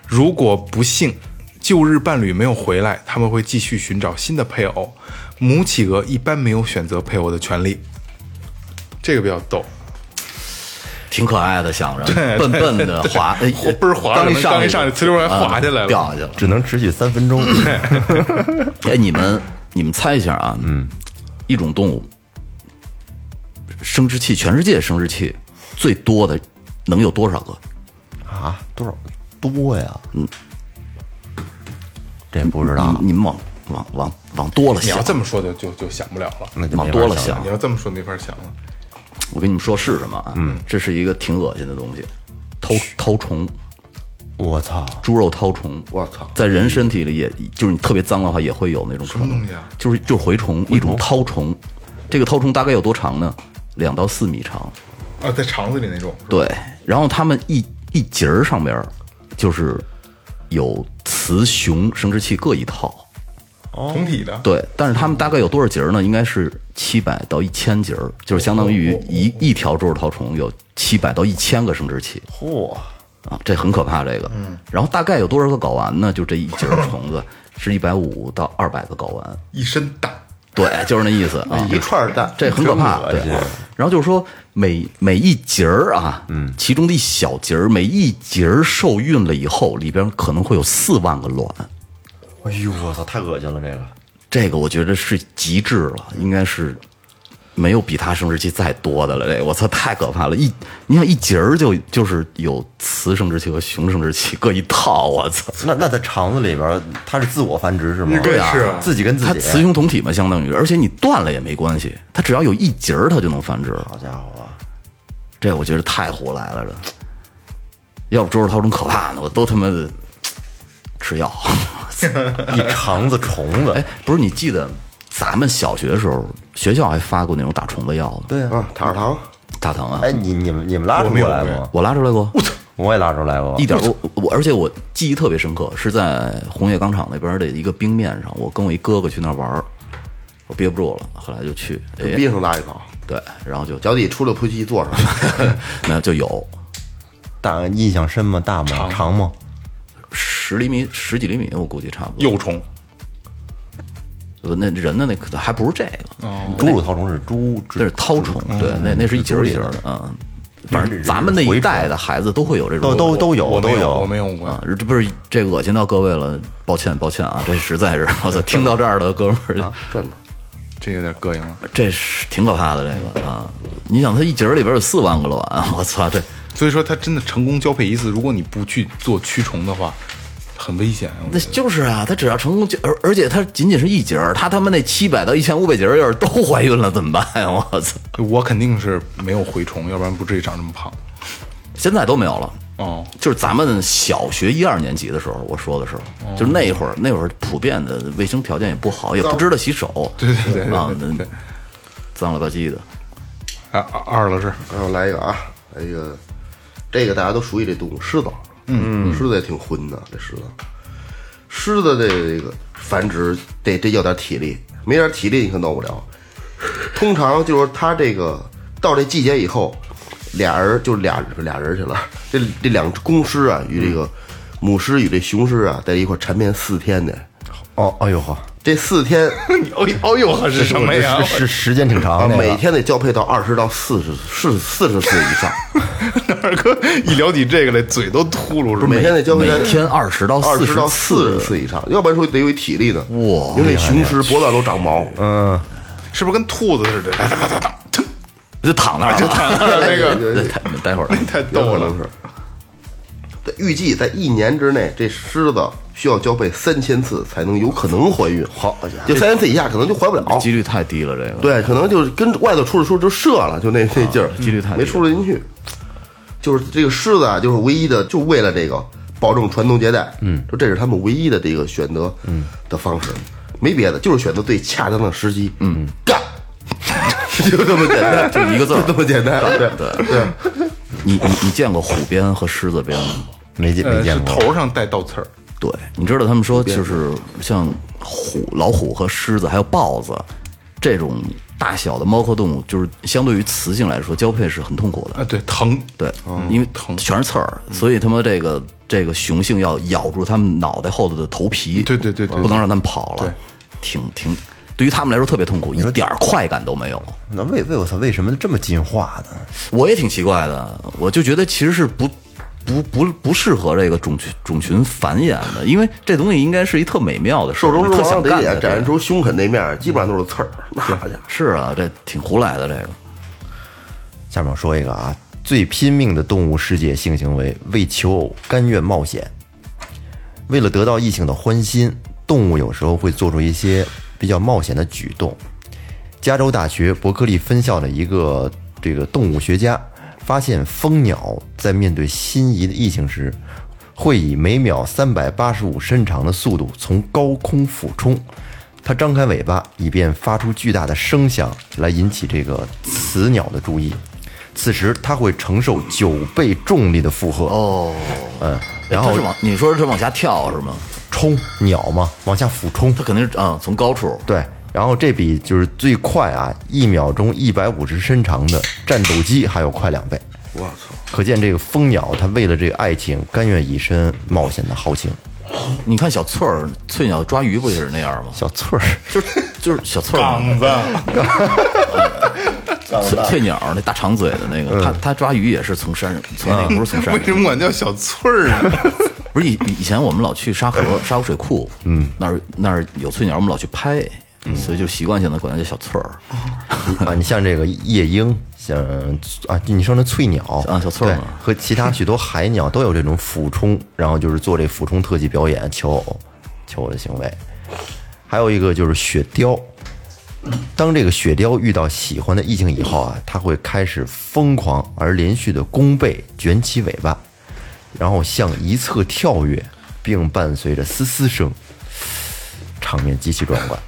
Speaker 2: 如果不幸旧日伴侣没有回来，他们会继续寻找新的配偶。母企鹅一般没有选择配偶的权利，这个比较逗。
Speaker 4: 挺可爱的，想着笨笨的滑，哎
Speaker 2: 滑倍儿滑
Speaker 4: 刚一
Speaker 2: 刚一
Speaker 4: 上
Speaker 2: 上去呲溜儿还滑下来了
Speaker 4: 啊掉下去了。
Speaker 1: 只能持续三分钟。
Speaker 4: 哎，你们你们猜一下啊，嗯，一种动物生殖器，全世界生殖器最多的能有多少个？
Speaker 1: 啊，多少多呀？嗯，这不知
Speaker 4: 你
Speaker 1: 道
Speaker 4: 们，你们往往往往多了
Speaker 2: 你要
Speaker 4: 想，
Speaker 2: 这么说就就就想不了了。
Speaker 1: 那就
Speaker 4: 往
Speaker 1: 没
Speaker 4: 多
Speaker 1: 法
Speaker 4: 了
Speaker 1: 想
Speaker 4: 想
Speaker 2: 你。要这么说没法想了。
Speaker 4: 我跟你们说是什么啊？嗯，这是一个挺恶心的东西，绦绦虫，
Speaker 1: 我操，
Speaker 4: 猪肉绦虫。
Speaker 3: 我操
Speaker 4: 在人身体里也，就是你特别脏的话，也会有那种虫
Speaker 2: 么东西啊，
Speaker 4: 就是就是蛔虫，一种绦虫。这个绦虫大概有多长呢？两到四米长。
Speaker 2: 啊，在肠子里那种，
Speaker 4: 对，然后它们一一节儿上边儿就是有雌雄生殖器各一套，
Speaker 2: 同体的。
Speaker 4: 对，但是它们大概有多少节儿呢？应该是七百到一千节儿，就是相当于一一条猪肉绦虫有七百到一千个生殖器
Speaker 1: 嚯，
Speaker 4: 啊，这很可怕这个。
Speaker 3: 嗯
Speaker 4: 然后大概有多少个睾丸呢？就这一节儿虫子是一百五到二百个睾丸，
Speaker 2: 一身蛋，
Speaker 4: 对，就是那意思啊，
Speaker 3: 一串蛋，
Speaker 4: 这很可怕。对，啊然后就是说每每一节儿啊，嗯，其中的一小节儿，每一节儿受孕了以后，里边可能会有四万个卵。
Speaker 1: 哎呦我操，太恶心了这个。
Speaker 4: 这个我觉得是极致了，应该是没有比它生殖器再多的了。这个我操，太可怕了！一你想一节儿就就是有雌生殖器和雄生殖器各一套，我操！
Speaker 1: 那那在肠子里边儿，它是自我繁殖是吗？
Speaker 2: 对啊是啊
Speaker 1: 自己跟自
Speaker 4: 它
Speaker 1: 己。
Speaker 4: 雌雄同体嘛，相当于，而且你断了也没关系，它只要有一节儿，它就能繁殖。
Speaker 1: 好家伙，
Speaker 4: 这我觉得太胡来了，这。要不周世涛真可怕呢，我都他妈的吃药。
Speaker 1: 一肠子虫子
Speaker 4: 哎。，不是，你记得咱们小学的时候，学校还发过那种打虫子药的，
Speaker 1: 对啊，
Speaker 3: 啊，塔尔糖，
Speaker 4: 大疼啊！
Speaker 1: 哎，你你们你们拉
Speaker 2: 我
Speaker 1: 出
Speaker 2: 没有
Speaker 1: 来
Speaker 2: 我没有
Speaker 1: 吗？
Speaker 4: 我拉出来过，
Speaker 1: 我也拉出来过
Speaker 4: 一。点儿我我，而且我记忆特别深刻，是在红叶钢厂那边的一个冰面上，我跟我一哥哥去那儿玩儿，我憋不住了，后来就去，哎
Speaker 3: 憋上拉一口，
Speaker 4: 对，然后就
Speaker 3: 脚底出了扑叽坐上，
Speaker 4: 那就有
Speaker 1: 大印象深吗？大吗？长吗？
Speaker 4: 十厘米、十几厘米，我估计差不多。
Speaker 2: 幼虫，
Speaker 4: 有那人的那可还不是这个，
Speaker 1: 猪乳绦虫是猪，
Speaker 4: 那是绦虫，
Speaker 1: 嗯
Speaker 4: 对，那那是一节儿一节儿的，嗯，反正咱们那一代的孩子都会有这
Speaker 1: 都
Speaker 4: 种，
Speaker 1: 都都
Speaker 2: 我
Speaker 1: 有都
Speaker 2: 没有，我
Speaker 1: 有。
Speaker 2: 没用过
Speaker 4: 啊，这不是这恶心到各位了，抱歉抱歉啊，这实 在是我操，听到这儿的哥们
Speaker 1: 啊
Speaker 4: 儿，
Speaker 3: 真的。
Speaker 2: 这有点膈应了。
Speaker 4: 这是挺可怕的这个啊，你想他一节儿里边有四万个卵， 我操，这
Speaker 2: 所以说，它真的成功交配一次，如果你不去做驱虫的话，很危险。我觉
Speaker 4: 那
Speaker 2: 得
Speaker 4: 就是啊，他只要成功就，而而且他仅仅是一节儿，他他妈那七百到一千五百节儿要是都怀孕了怎么办呀？ 我操，
Speaker 2: 我肯定是没有蛔虫，要不然不至于长这么胖。
Speaker 4: 现在都没有了。
Speaker 2: 哦，
Speaker 4: 就是咱们小学一二年级的时候，我说的是，就是那会儿，那会儿普遍的卫生条件也不好，也不知道洗手，对
Speaker 2: 对对对
Speaker 4: 啊，
Speaker 2: 对
Speaker 4: 那脏了吧唧的，
Speaker 2: 啊，二老师，
Speaker 3: 然后来一个啊，来一个，这个大家都熟悉这动物狮子，嗯，狮子也挺混的，这狮子，狮子的这个繁殖得得要点体力，没点体力你可弄不了。通常就是它这个到这季节以后，俩人就俩俩人去了，这这两只公狮啊与这个母狮与这雄狮啊在一块儿缠绵四天的，
Speaker 1: 哦，哎呦呵，
Speaker 3: 这四天
Speaker 2: 哦哦呦，是什么呀
Speaker 1: 这？是是时间挺
Speaker 3: 啊
Speaker 1: 长的。
Speaker 3: 每天得交配到二十到四十四四十岁以上。
Speaker 2: 二哥一聊起这个来，嘴都秃噜，是吧
Speaker 3: 每天得交配
Speaker 4: 每
Speaker 3: 到
Speaker 4: 天二十到
Speaker 3: 二
Speaker 4: 四
Speaker 3: 十
Speaker 4: 十
Speaker 3: 到四十次以上，要不然说得有体力呢。
Speaker 4: 哇
Speaker 3: 因为雄狮脖子上都长毛，
Speaker 2: 是不是跟兔子似的？
Speaker 4: 就躺那儿了。
Speaker 2: 那 个
Speaker 3: 对对
Speaker 4: 待待会儿，
Speaker 2: 太
Speaker 3: 有
Speaker 2: 逗
Speaker 3: 可
Speaker 2: 了
Speaker 3: 能。是。在预计在一年之内，这狮子需要交配三千次才能有可能怀孕。好，就三千次以下可能就怀不了。
Speaker 4: 几率太低了，这个。
Speaker 3: 对，可能就是跟外头出的时候就射了，就那那劲儿，
Speaker 4: 几啊率太低了
Speaker 3: 没出得进去。就是这个狮子啊，就是唯一的，就为了这个保证传宗接代，嗯，就这是他们唯一的这个选择，嗯的方式，没别的，就是选择最恰当的时机，嗯，干，就这么简单，
Speaker 4: 就一个字儿
Speaker 3: 啊
Speaker 4: 哎
Speaker 3: 就这么简单，对对对。
Speaker 4: 你你你见过虎鞭和狮子鞭吗？
Speaker 1: 没见没
Speaker 2: 呃，是
Speaker 1: 见过。
Speaker 2: 头上带倒刺儿，
Speaker 4: 对，你知道他们说就是像虎、老虎和狮子，还有豹子这种大小的猫科动物，就是相对于雌性来说，交配是很痛苦
Speaker 2: 啊，
Speaker 4: 的。
Speaker 2: 对，疼，
Speaker 4: 对，
Speaker 2: 哦
Speaker 4: 因为疼全是刺儿，
Speaker 2: 嗯
Speaker 4: 所以他妈这个这个雄性要咬住他们脑袋后头的头皮，
Speaker 2: 对对对对
Speaker 4: 不能让他们跑了，挺挺，对于他们来说特别痛苦，一点儿快感都没有。
Speaker 1: 那为为我操，为什么这么进化呢？
Speaker 4: 我也挺奇怪的，我就觉得其实是不不不不适合这个种群种群繁衍的，因为这东西应该是一特美妙的事
Speaker 3: 兽
Speaker 4: 儿，
Speaker 3: 中
Speaker 4: 你
Speaker 3: 之
Speaker 4: 特想
Speaker 3: 王得
Speaker 4: 干
Speaker 3: 也
Speaker 4: 的。
Speaker 3: 展现出凶狠那面儿，基本上都是刺儿。那家伙，
Speaker 4: 是啊，这挺胡来的这个。
Speaker 1: 下面我说一个啊，最拼命的动物世界性行为，为求偶甘愿冒险。为了得到异性的欢心，动物有时候会做出一些比较冒险的举动。加州大学伯克利分校的一个这个动物学家发现，蜂鸟在面对心仪的异性时，会以每秒三百八十五伸长的速度从高空俯冲。它张开尾巴，以便发出巨大的声响来引起这个雌鸟的注意。此时，它会承受九倍重力的负荷。哦，嗯，然
Speaker 4: 它
Speaker 1: 后
Speaker 4: 是往你说是往下跳是吗？
Speaker 1: 冲鸟嘛，往下俯冲。
Speaker 4: 它肯定是啊、从高处。
Speaker 1: 对，然后这比就是最快啊，一秒钟一百五十伸长的战斗机还要快两倍。
Speaker 3: 我操！
Speaker 1: 可见这个蜂鸟，它为了这个爱情，甘愿以身冒险的豪情。
Speaker 4: 你看小翠儿，翠鸟抓鱼不也是那样吗？
Speaker 1: 小翠儿，
Speaker 4: 就是就是小翠儿嘛，
Speaker 2: 子，
Speaker 4: 翠翠鸟那大长嘴的那个，它它抓鱼也是从山上，从那个不是从 山
Speaker 2: 为
Speaker 4: 上
Speaker 2: 什。么管叫小翠儿呢？
Speaker 4: 不是以以前我们老去沙 河沙河水库，嗯，那儿那儿有翠鸟，我们老去拍，所以就习惯性的管它叫小翠儿。
Speaker 1: 啊，你像这个夜莺，像啊，你说那翠鸟
Speaker 4: 啊小翠儿
Speaker 1: 对
Speaker 4: 嘛
Speaker 1: 和其他许多海鸟都有这种俯冲，然后就是做这俯冲特技表演求偶、求偶的行为。还有一个就是雪貂，当这个雪貂遇到喜欢的异性以后啊，它会开始疯狂而连续的弓背，卷起尾巴，然后向一侧跳跃，并伴随着嘶嘶声，场面极其壮观。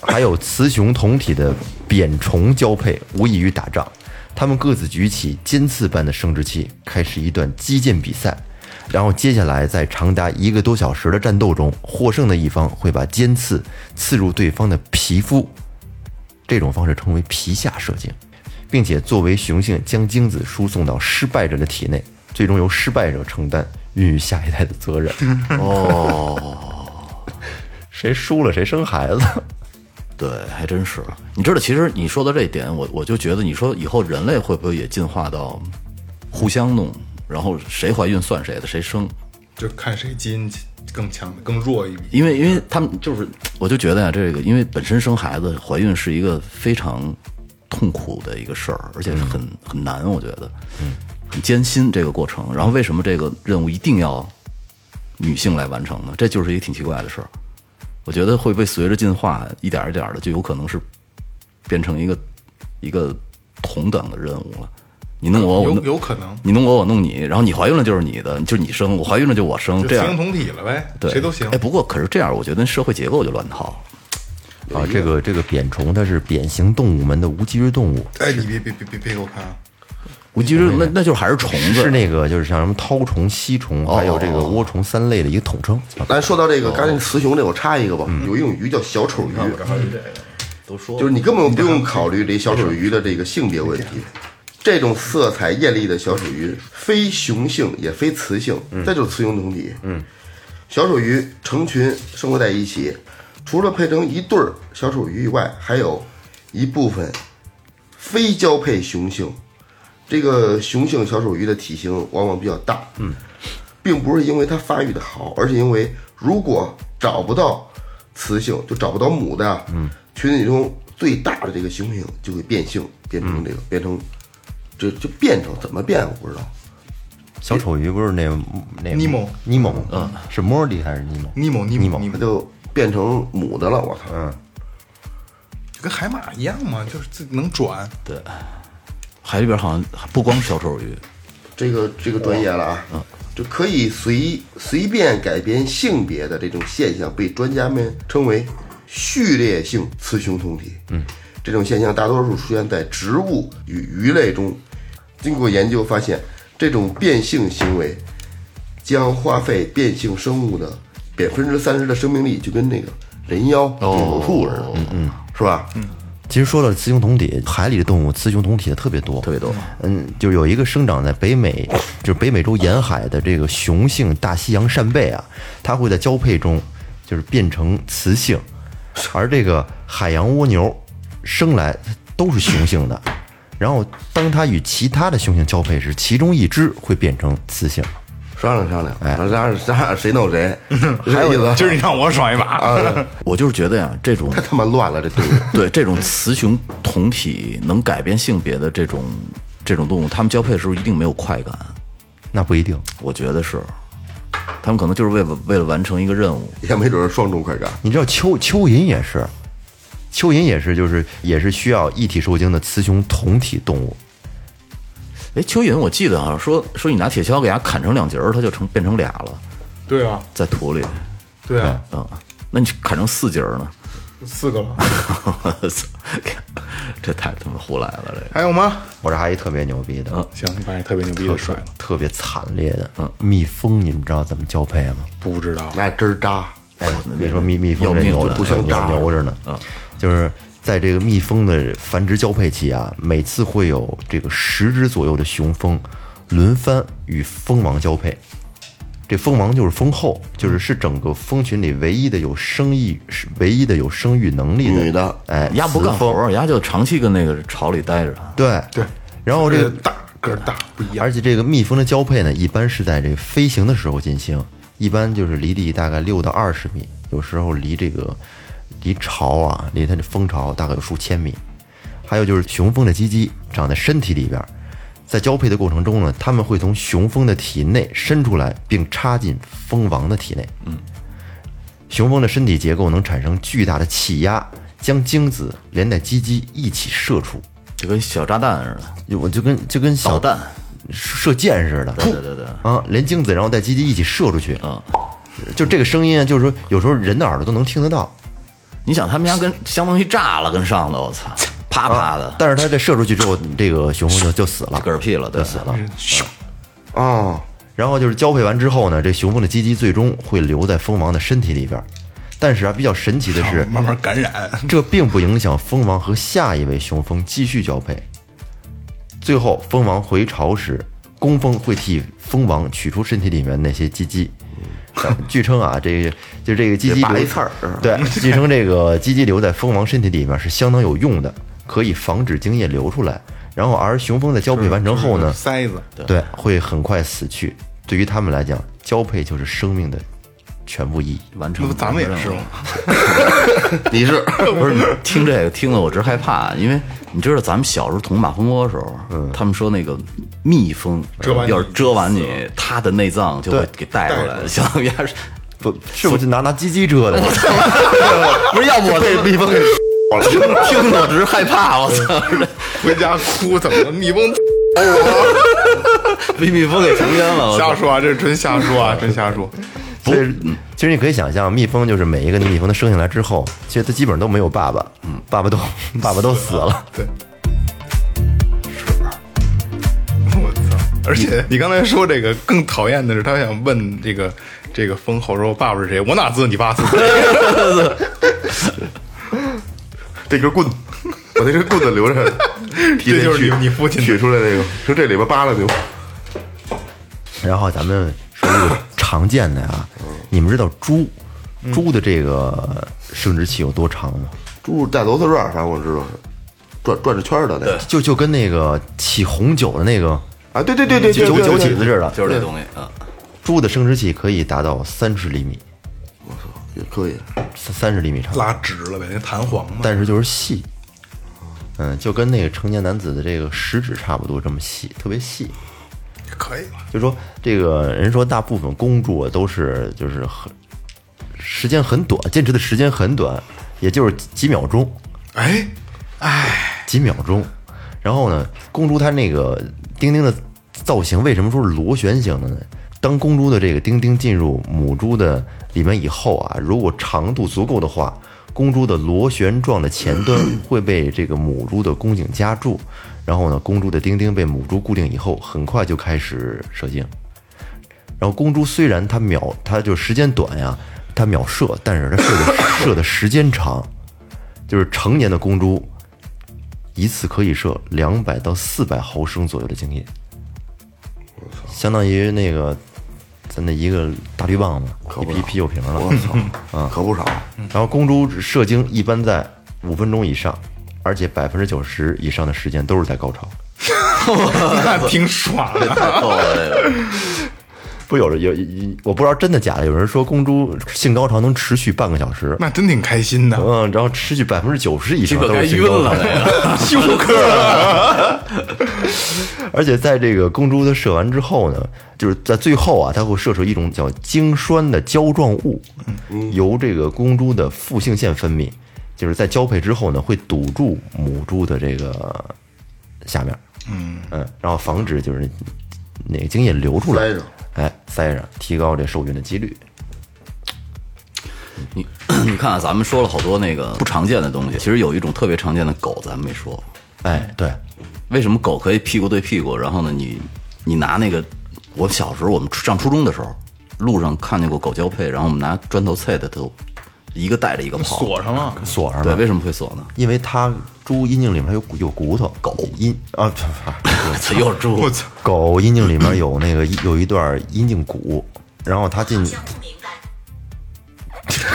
Speaker 1: 还有雌雄同体的扁虫交配，无异于打仗。它们各自举起尖刺般的生殖器，开始一段击剑比赛。然后接下来在长达一个多小时的战斗中，获胜的一方会把尖刺刺入对方的皮肤，这种方式称为皮下射精，并且作为雄性将精子输送到失败者的体内，最终由失败者承担孕育下一代的责任。
Speaker 4: 哦，
Speaker 1: 谁输了谁生孩子。
Speaker 4: 对，还真是。你知道，其实你说到这一点，我我就觉得，你说以后人类会不会也进化到互相弄，然后谁怀孕算谁的，谁生？
Speaker 2: 就看谁基因更强，更弱一点。
Speaker 4: 因为因为他们就是，我就觉得呀、这个因为本身生孩子怀孕是一个非常痛苦的一个事儿，而且是很、
Speaker 2: 嗯
Speaker 4: 很难，我觉得，很艰辛这个过程。然后为什么这个任务一定要女性来完成呢？这就是一个挺奇怪的事儿。我觉得会不会随着进化，一点儿一点的就有可能是变成一个一个同等的任务了。你弄我，我
Speaker 2: 有
Speaker 4: 弄
Speaker 2: 有可能
Speaker 4: 你弄我，我弄你，然后你怀孕了就是你的，就是你生；我怀孕了就我生，
Speaker 2: 就雌
Speaker 4: 这样
Speaker 2: 雄同体了呗，
Speaker 4: 嗯啊对，
Speaker 2: 谁都行
Speaker 4: 哎，。不过可是这样，我觉得社会结构就乱套了。
Speaker 1: 啊，这个这个扁虫它是扁形动物门的无脊椎动物，
Speaker 2: 哎，你别别别别别给我看啊！
Speaker 4: 我记得那那就是还是虫子，
Speaker 1: 是那个哦就是像什么绦虫、吸虫，还有这个涡虫三类的一个统称。
Speaker 3: 咱说到这个，刚才雌雄这，我插一个吧。有一种鱼叫小丑鱼，
Speaker 4: 都说
Speaker 3: 就是你根本不用考虑这小丑鱼的这个性别问题。这种色彩艳丽的小丑鱼，非雄性也非雌性，这就是雌雄同体。嗯，小丑鱼成群生活在一起，除了配成一对儿小丑鱼以外，还有一部分非交配雄性。这个雄性小丑鱼的体型往往比较大，嗯，并不是因为它发育的好，而是因为如果找不到雌性，就找不到母的，嗯，群体中最大的这个雄性就会变性，变成这个，变成，就就变成怎么变我不知道。
Speaker 1: 小丑鱼不是那那
Speaker 2: 尼莫
Speaker 1: 尼莫，嗯，是莫莉还是尼莫？
Speaker 2: 尼莫尼莫尼
Speaker 3: 它
Speaker 2: 莫，
Speaker 3: 就变成母的了，我操！嗯，
Speaker 2: 就跟海马一样嘛，就是自己能转。
Speaker 4: 海里边好像不光是小丑鱼，
Speaker 3: 这个这个专业了啊，就可以随随便改变性别的这种现象，被专家们称为序列性雌雄同体。嗯，这种现象大多数出现在植物与鱼类中，经过研究发现，这种变性行为将花费变性生物的百分之三十的生命力，就跟那个人妖、柳树似的，哦嗯，是吧？
Speaker 1: 其实说到雌雄同体，海里的动物雌雄同体的特别多，特
Speaker 4: 别多。
Speaker 1: 嗯，就有一个生长在北美，就是北美洲沿海的这个雄性大西洋扇贝啊，它会在交配中就是变成雌性，而这个海洋蜗牛生来都是雄性的， 然后当它与其他的雄性交配时，其中一只会变成雌性。
Speaker 3: 商量商量，咱俩咱俩谁弄 谁，哎还有意思
Speaker 2: 今儿你 让我爽一把，
Speaker 4: 我就是觉得呀、这种
Speaker 3: 太他妈乱了，这队伍。
Speaker 4: 对这种雌雄同体能改变性别的这种这种动物，它们交配的时候一定没有快感，
Speaker 1: 那不一定，
Speaker 4: 我觉得是，它们可能就是为了为了完成一个任务，
Speaker 3: 也没准是双重快感。
Speaker 1: 你知道蚯蚯蚓也是，蚯蚓也是，就是也是需要一体受精的雌雄同体动物。
Speaker 4: 哎，蚯蚓，我记得好像说说你拿铁锹给它砍成两截儿，它就成变成俩了，
Speaker 2: 对啊，
Speaker 4: 在土里
Speaker 2: 对啊，
Speaker 4: 啊、那你砍成四截儿呢？
Speaker 2: 四个了，
Speaker 4: 这太他妈胡来了，这个
Speaker 2: 还有吗？
Speaker 1: 我这还一特别牛逼的，
Speaker 2: 行，你把你特别牛逼
Speaker 1: 特
Speaker 2: 的甩了，
Speaker 1: 特别惨烈的。嗯，蜜蜂你们知道怎么交配吗？
Speaker 2: 不知道，
Speaker 3: 那针儿扎，
Speaker 1: 哎，别说蜜蜜蜂
Speaker 4: 有
Speaker 1: 这
Speaker 4: 命
Speaker 1: 牛
Speaker 4: 就
Speaker 1: 了，
Speaker 4: 不
Speaker 1: 牛
Speaker 4: 想
Speaker 1: 牛
Speaker 4: 长
Speaker 1: 牛着呢。就是在这个蜜蜂的繁殖交配期啊，每次会有这个十只左右的雄蜂轮番与蜂王交配。这蜂王就是蜂后，就是是整个蜂群里唯一的有生育、是唯一的有生育能力的
Speaker 3: 女的
Speaker 1: 哎，
Speaker 4: 鸭不
Speaker 1: 雌
Speaker 4: 干
Speaker 1: 蜂
Speaker 4: 活儿，鸭就长期跟那个巢里待着。
Speaker 1: 对
Speaker 2: 对，
Speaker 1: 然后这个
Speaker 2: 大个儿大不一样，
Speaker 1: 而且这个蜜蜂的交配呢，一般是在这个飞行的时候进行，一般就是离地大概六到二十米，有时候离这个离巢啊，离它的蜂巢大概有数千米。还有就是雄蜂的鸡鸡长在身体里边，在交配的过程中呢，它们会从雄蜂的体内伸出来，并插进蜂王的体内。雄蜂的身体结构能产生巨大的气压，将精子连带鸡鸡一起射出。
Speaker 4: 就跟小炸弹似的，
Speaker 2: 哦
Speaker 1: 就我就跟就跟小
Speaker 4: 导弹，
Speaker 1: 射箭似的，
Speaker 4: 对对对对，
Speaker 1: 啊，连精子然后带鸡鸡一起射出去
Speaker 4: 啊。
Speaker 1: 就这个声音啊，就是说有时候人的耳朵都能听得到，
Speaker 4: 你想他们家跟相当于炸了，跟上头，我操，啪啪
Speaker 2: 啊
Speaker 4: 的，
Speaker 1: 但是它这射出去之后，这个雄蜂就就死了，
Speaker 4: 啊嗝屁了，对，死了。
Speaker 2: 嗯
Speaker 3: 哦，
Speaker 1: 然后就是交配完之后呢，这雄蜂的鸡鸡最终会留在蜂王的身体里边儿。但是啊，比较神奇的是，
Speaker 2: 慢慢感染，
Speaker 1: 这并不影响蜂王和下一位雄蜂继续交配。最后，蜂王回巢时，工蜂会替蜂王取出身体里面那些鸡鸡。呃据称啊，这个就这个鸡鸡
Speaker 3: 得拔
Speaker 1: 留
Speaker 3: 一刺儿
Speaker 1: 对，据称这个鸡鸡留在蜂王身体里面是相当有用的，可以防止精液流出来。然后，而雄蜂在交配完成后呢，
Speaker 2: 塞子，
Speaker 1: 对，会很快死去。对于他们来讲，交配就是生命的全部意义。
Speaker 4: 完
Speaker 2: 那
Speaker 4: 成
Speaker 2: 不咱们也是吗？
Speaker 3: 你 是
Speaker 4: 不是你听这个听的我直害怕，因为你知道咱们小时候捅马蜂窝的时候，他们说那个蜜蜂
Speaker 2: 嗯蛰完你
Speaker 4: 要是蛰完你，它的内脏就会给带出来，相当于还是
Speaker 1: 不是不是拿拿鸡鸡遮的？
Speaker 4: 不是要不我被蜜 蜂给听听着我直害怕，我操，
Speaker 2: 回家哭怎么了？蜜 蜂
Speaker 4: 被蜜蜂给强奸了，我操
Speaker 2: 瞎说啊，这是真瞎说啊，真瞎说。
Speaker 1: 不，其实你可以想象，蜜蜂就是每一个蜜蜂它生下来之后，其实它基本上都没有爸爸，嗯，爸 爸都爸爸都死了。
Speaker 2: 对，是，我操！而且你刚才说这个更讨厌的是，他想问这个这个封后说爸爸是谁？我哪知道你爸是谁？
Speaker 3: 这根棍，我那根棍子留着，提
Speaker 2: 这
Speaker 3: 前
Speaker 2: 就是
Speaker 3: 取
Speaker 2: 你你父亲的
Speaker 3: 取出来那个，说这里边扒拉牛，
Speaker 1: 然后咱们说一个常见的啊，
Speaker 3: 嗯
Speaker 1: 你们知道猪猪的这个生殖器有多长吗？
Speaker 3: 猪大头丝转，反正我知道是转转着圈儿的那个。
Speaker 1: 就就跟那个起红酒的那个
Speaker 3: 啊，对对对对，
Speaker 1: 酒
Speaker 3: 对
Speaker 1: 酒起子，似的，
Speaker 4: 就是这东西啊，
Speaker 1: 猪的生殖器可以达到三十厘米，
Speaker 3: 对对也可以。
Speaker 1: 三十厘米长，
Speaker 2: 拉直了呗，那弹簧嘛。
Speaker 1: 但是就是细，嗯，就跟那个成年男子的这个食指差不多这么细，特别细。
Speaker 2: 可以了，
Speaker 1: 就说这个人说，大部分公猪啊都是就是很时间很短，坚持的时间很短，也就是几几秒钟，
Speaker 2: 哎，
Speaker 1: 几秒钟。然后呢，公猪它那个丁丁的造型为什么说是螺旋形的呢？当公猪的这个丁丁进入母猪的里面以后啊，如果长度足够的话，公猪的螺旋状的前端会被这个母猪的宫颈夹住，然后呢，公猪的丁丁被母猪固定以后，很快就开始射精。然后公猪虽然它秒，它就时间短呀，它秒射，但是它射的射的时间长，就是成年的公猪一次可以射两百到四百毫升左右的精液，相当于那个咱的一个大绿棒子，一啤啤酒瓶了。
Speaker 3: 我操，可不少。
Speaker 1: 然后公猪射精一般在五分钟以上，而且百分之九十以上的时间都是在高潮。
Speaker 2: 那挺爽的。
Speaker 1: 不有有有，我不知道真的假的，有人说公猪性高潮能持续半个小时，
Speaker 2: 那真挺开心的，
Speaker 1: 嗯，然后持续百分之九十以上
Speaker 4: 这
Speaker 1: 都
Speaker 4: 个该
Speaker 1: 是性
Speaker 4: 晕
Speaker 1: 高潮
Speaker 4: 了，。
Speaker 2: 休克
Speaker 1: 而且在这个公猪它射完之后呢，就是在最后啊，它会射出一种叫精栓的胶状物，
Speaker 4: 嗯
Speaker 1: 由这个公猪的复性腺分泌，就是在交配之后呢，会堵住母猪的这个下面，嗯然后防止就是那个精液流出来
Speaker 3: 塞上，
Speaker 1: 哎，塞上，提高这受孕的几率。
Speaker 4: 你你看啊，咱们说了好多那个不常见的东西，其实有一种特别常见的狗，咱们没说。
Speaker 1: 哎，对，
Speaker 4: 为什么狗可以屁股对屁股？然后呢，你你拿那个，我小时候我们上初中的时候，路上看见过狗交配，然后我们拿砖头啐的，都一个带着一个跑。
Speaker 2: 锁上了。
Speaker 1: 锁上
Speaker 4: 对，
Speaker 1: 了，
Speaker 4: 为什么会锁呢？
Speaker 1: 因为它猪阴茎里面它有骨有骨头，狗阴啊，
Speaker 4: 这 又是猪
Speaker 2: 我。操，
Speaker 1: 狗阴茎里面有那个 有一段阴茎骨，然后它进去。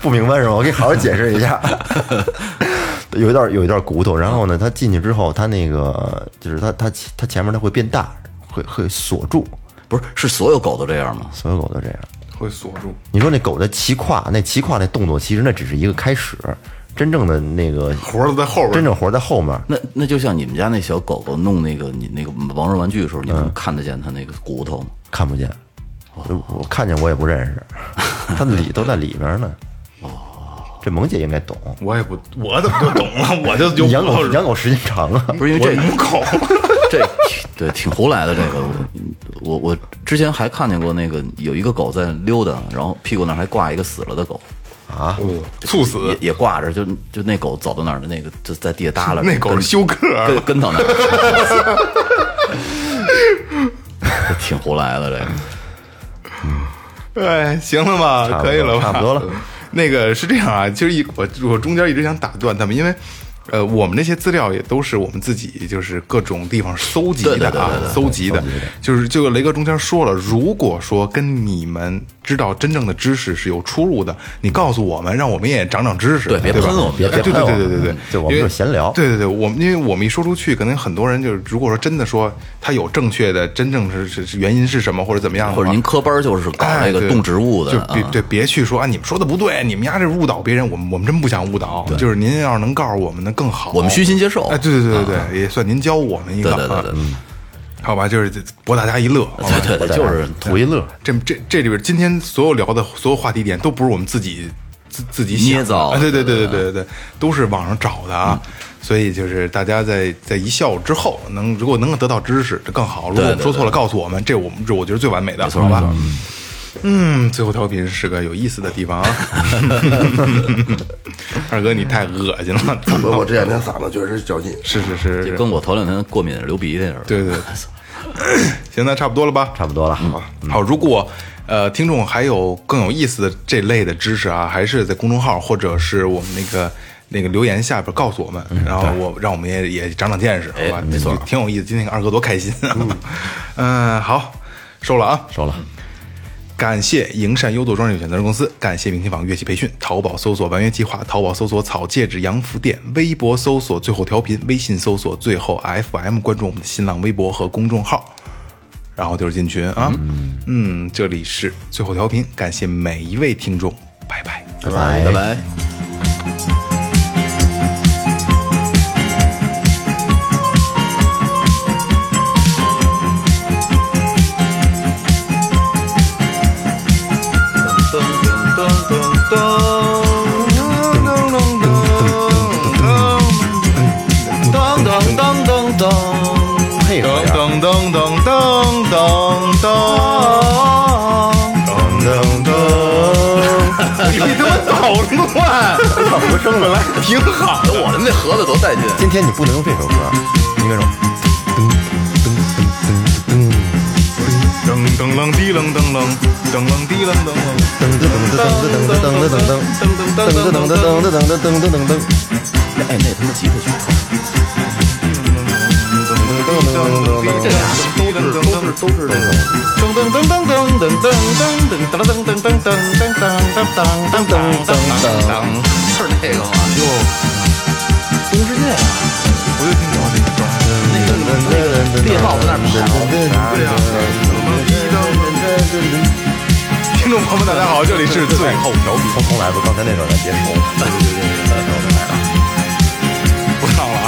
Speaker 1: 不明白是吗？我给你好好解释一下。有一段有一段骨头，然后呢，它进去之后，它那个就是它它它前面它会变大，会会锁住，
Speaker 4: 不是，是所有狗都这样吗？
Speaker 1: 所有狗都这样。
Speaker 2: 会锁住。
Speaker 1: 你说那狗的骑跨，那骑跨那动作，其实那只是一个开始，真正的那个
Speaker 2: 活儿都在后边儿
Speaker 1: 真正活儿在后面。
Speaker 4: 那那就像你们家那小狗狗弄那个你那个毛绒玩具的时候，你能看得见它那个骨头吗？
Speaker 1: 看不见，我我看见我也不认识，它里都在里面呢。这萌姐应该懂，
Speaker 2: 我也不，我怎么就懂了？我就就
Speaker 1: 养狗
Speaker 2: 我
Speaker 1: 养狗时间长了，
Speaker 4: 不是因为这个
Speaker 2: 母狗，
Speaker 4: 这挺对挺胡来的这个，我我我之前还看见过那个有一个狗在溜达，然后屁股那儿还挂一个死了的狗，
Speaker 2: 猝死
Speaker 4: 也，也挂着，就就那狗走到哪儿的那个就在地下耷拉着，
Speaker 2: 那狗
Speaker 4: 跟
Speaker 2: 是休克啊
Speaker 4: 跟跟到哪儿，这挺胡来的这个。
Speaker 2: 哎，行了吧，
Speaker 1: 差不多
Speaker 2: 可以了吧，
Speaker 1: 差不多了。
Speaker 2: 那个是这样啊， 其实一我我中间一直想打断他们，因为。呃，我们那些资料也都是我们自己就是各种地方搜集的啊，搜集的，就是这个雷哥中间说了，如果说跟你们知道真正的知识是有出入的，你告诉我们，让我们也长长知识，
Speaker 4: 对别
Speaker 2: 吧哎
Speaker 4: 喷我们
Speaker 1: 别别
Speaker 2: 对
Speaker 1: 喷
Speaker 2: 对
Speaker 1: 我们
Speaker 2: 对对对对，
Speaker 1: 就我们
Speaker 2: 因为
Speaker 1: 就是闲聊
Speaker 2: 对对对，我们因为我们一说出去，可能很多人就是如果说真的说他有正确的，真正是是是原因是什么或者怎么样的话，
Speaker 4: 或者您科班儿就是搞
Speaker 2: 哎
Speaker 4: 那个
Speaker 2: 对
Speaker 4: 动植物的
Speaker 2: 就
Speaker 4: 啊
Speaker 2: 别，对，别去说啊，你们说的不对，你们家这是误导别人，我们我们真不想误导，就是您要是能告诉我们的更好，
Speaker 4: 我们虚心接受啊
Speaker 2: 哎，对对对对对，也算您教我们一个，
Speaker 4: 对对对
Speaker 2: 啊
Speaker 4: 对，嗯
Speaker 2: 好吧，就是博大家一乐，好吧
Speaker 4: 对对对，就是
Speaker 1: 图一乐。
Speaker 2: 这这这里边今天所有聊的所有话题点都不是我们自己自自己
Speaker 4: 捏
Speaker 2: 想的
Speaker 4: 造的
Speaker 2: 啊对对对对对对对，都是网上找的啊。所以就是大家在在一笑之后，能如果能够得到知识，这更好。如果我们说错了，告诉我们，这我们这我觉得最完美的，好吧？嗯，最后调频是个有意思的地方啊。 二哥，你太恶心了，
Speaker 3: 我我这两天嗓子确实较劲，
Speaker 2: 是是是，
Speaker 4: 就是跟我头两天过敏流鼻涕似的。
Speaker 2: 对对，对行，那差不多了吧？
Speaker 1: 差不多了，
Speaker 2: 好，如果呃听众还有更有意思的这类的知识啊，还是在公众号或者是我们那个那个留言下边告诉我们，然后我让我们也也长长见识，好吧？嗯哎没错，挺有意思。今天二哥多开心啊！ 嗯，好，收了啊，
Speaker 1: 收了。
Speaker 2: 感谢营善优作装饰有限责任公司，感谢明天坊乐器培训，淘宝搜索“完约计划”，淘宝搜索“草戒指洋服店”，微博搜索“最后调频”，微信搜索“最后 FM”，关注我们的新浪微博和公众号。然后就是进群啊。嗯这里是最后调频，感谢每一位听众，拜拜。
Speaker 1: 拜拜
Speaker 4: 拜拜。噔噔噔噔噔。
Speaker 1: 配合呀。
Speaker 2: 噔噔噔噔噔噔噔噔噔，你他妈懂乱，怎么生本来挺好的。
Speaker 4: 我的那盒子多带劲！
Speaker 1: 今天你不能用这首歌，应该说，噔噔噔噔噔。
Speaker 2: 噔噔楞滴楞噔楞，噔楞滴楞噔楞。
Speaker 1: 噔噔噔噔噔噔噔噔噔噔噔噔噔噔噔噔噔噔噔噔噔噔噔
Speaker 4: 哎，那他妈吉他曲，
Speaker 2: 嗯
Speaker 4: 是那个吗？就东世界啊，那个那个猎豹在那儿跑。
Speaker 2: 听众朋友们，大家好，这里是最后调频，
Speaker 1: 从头来吧，刚才那首咱别说了。
Speaker 2: 不唱了啊。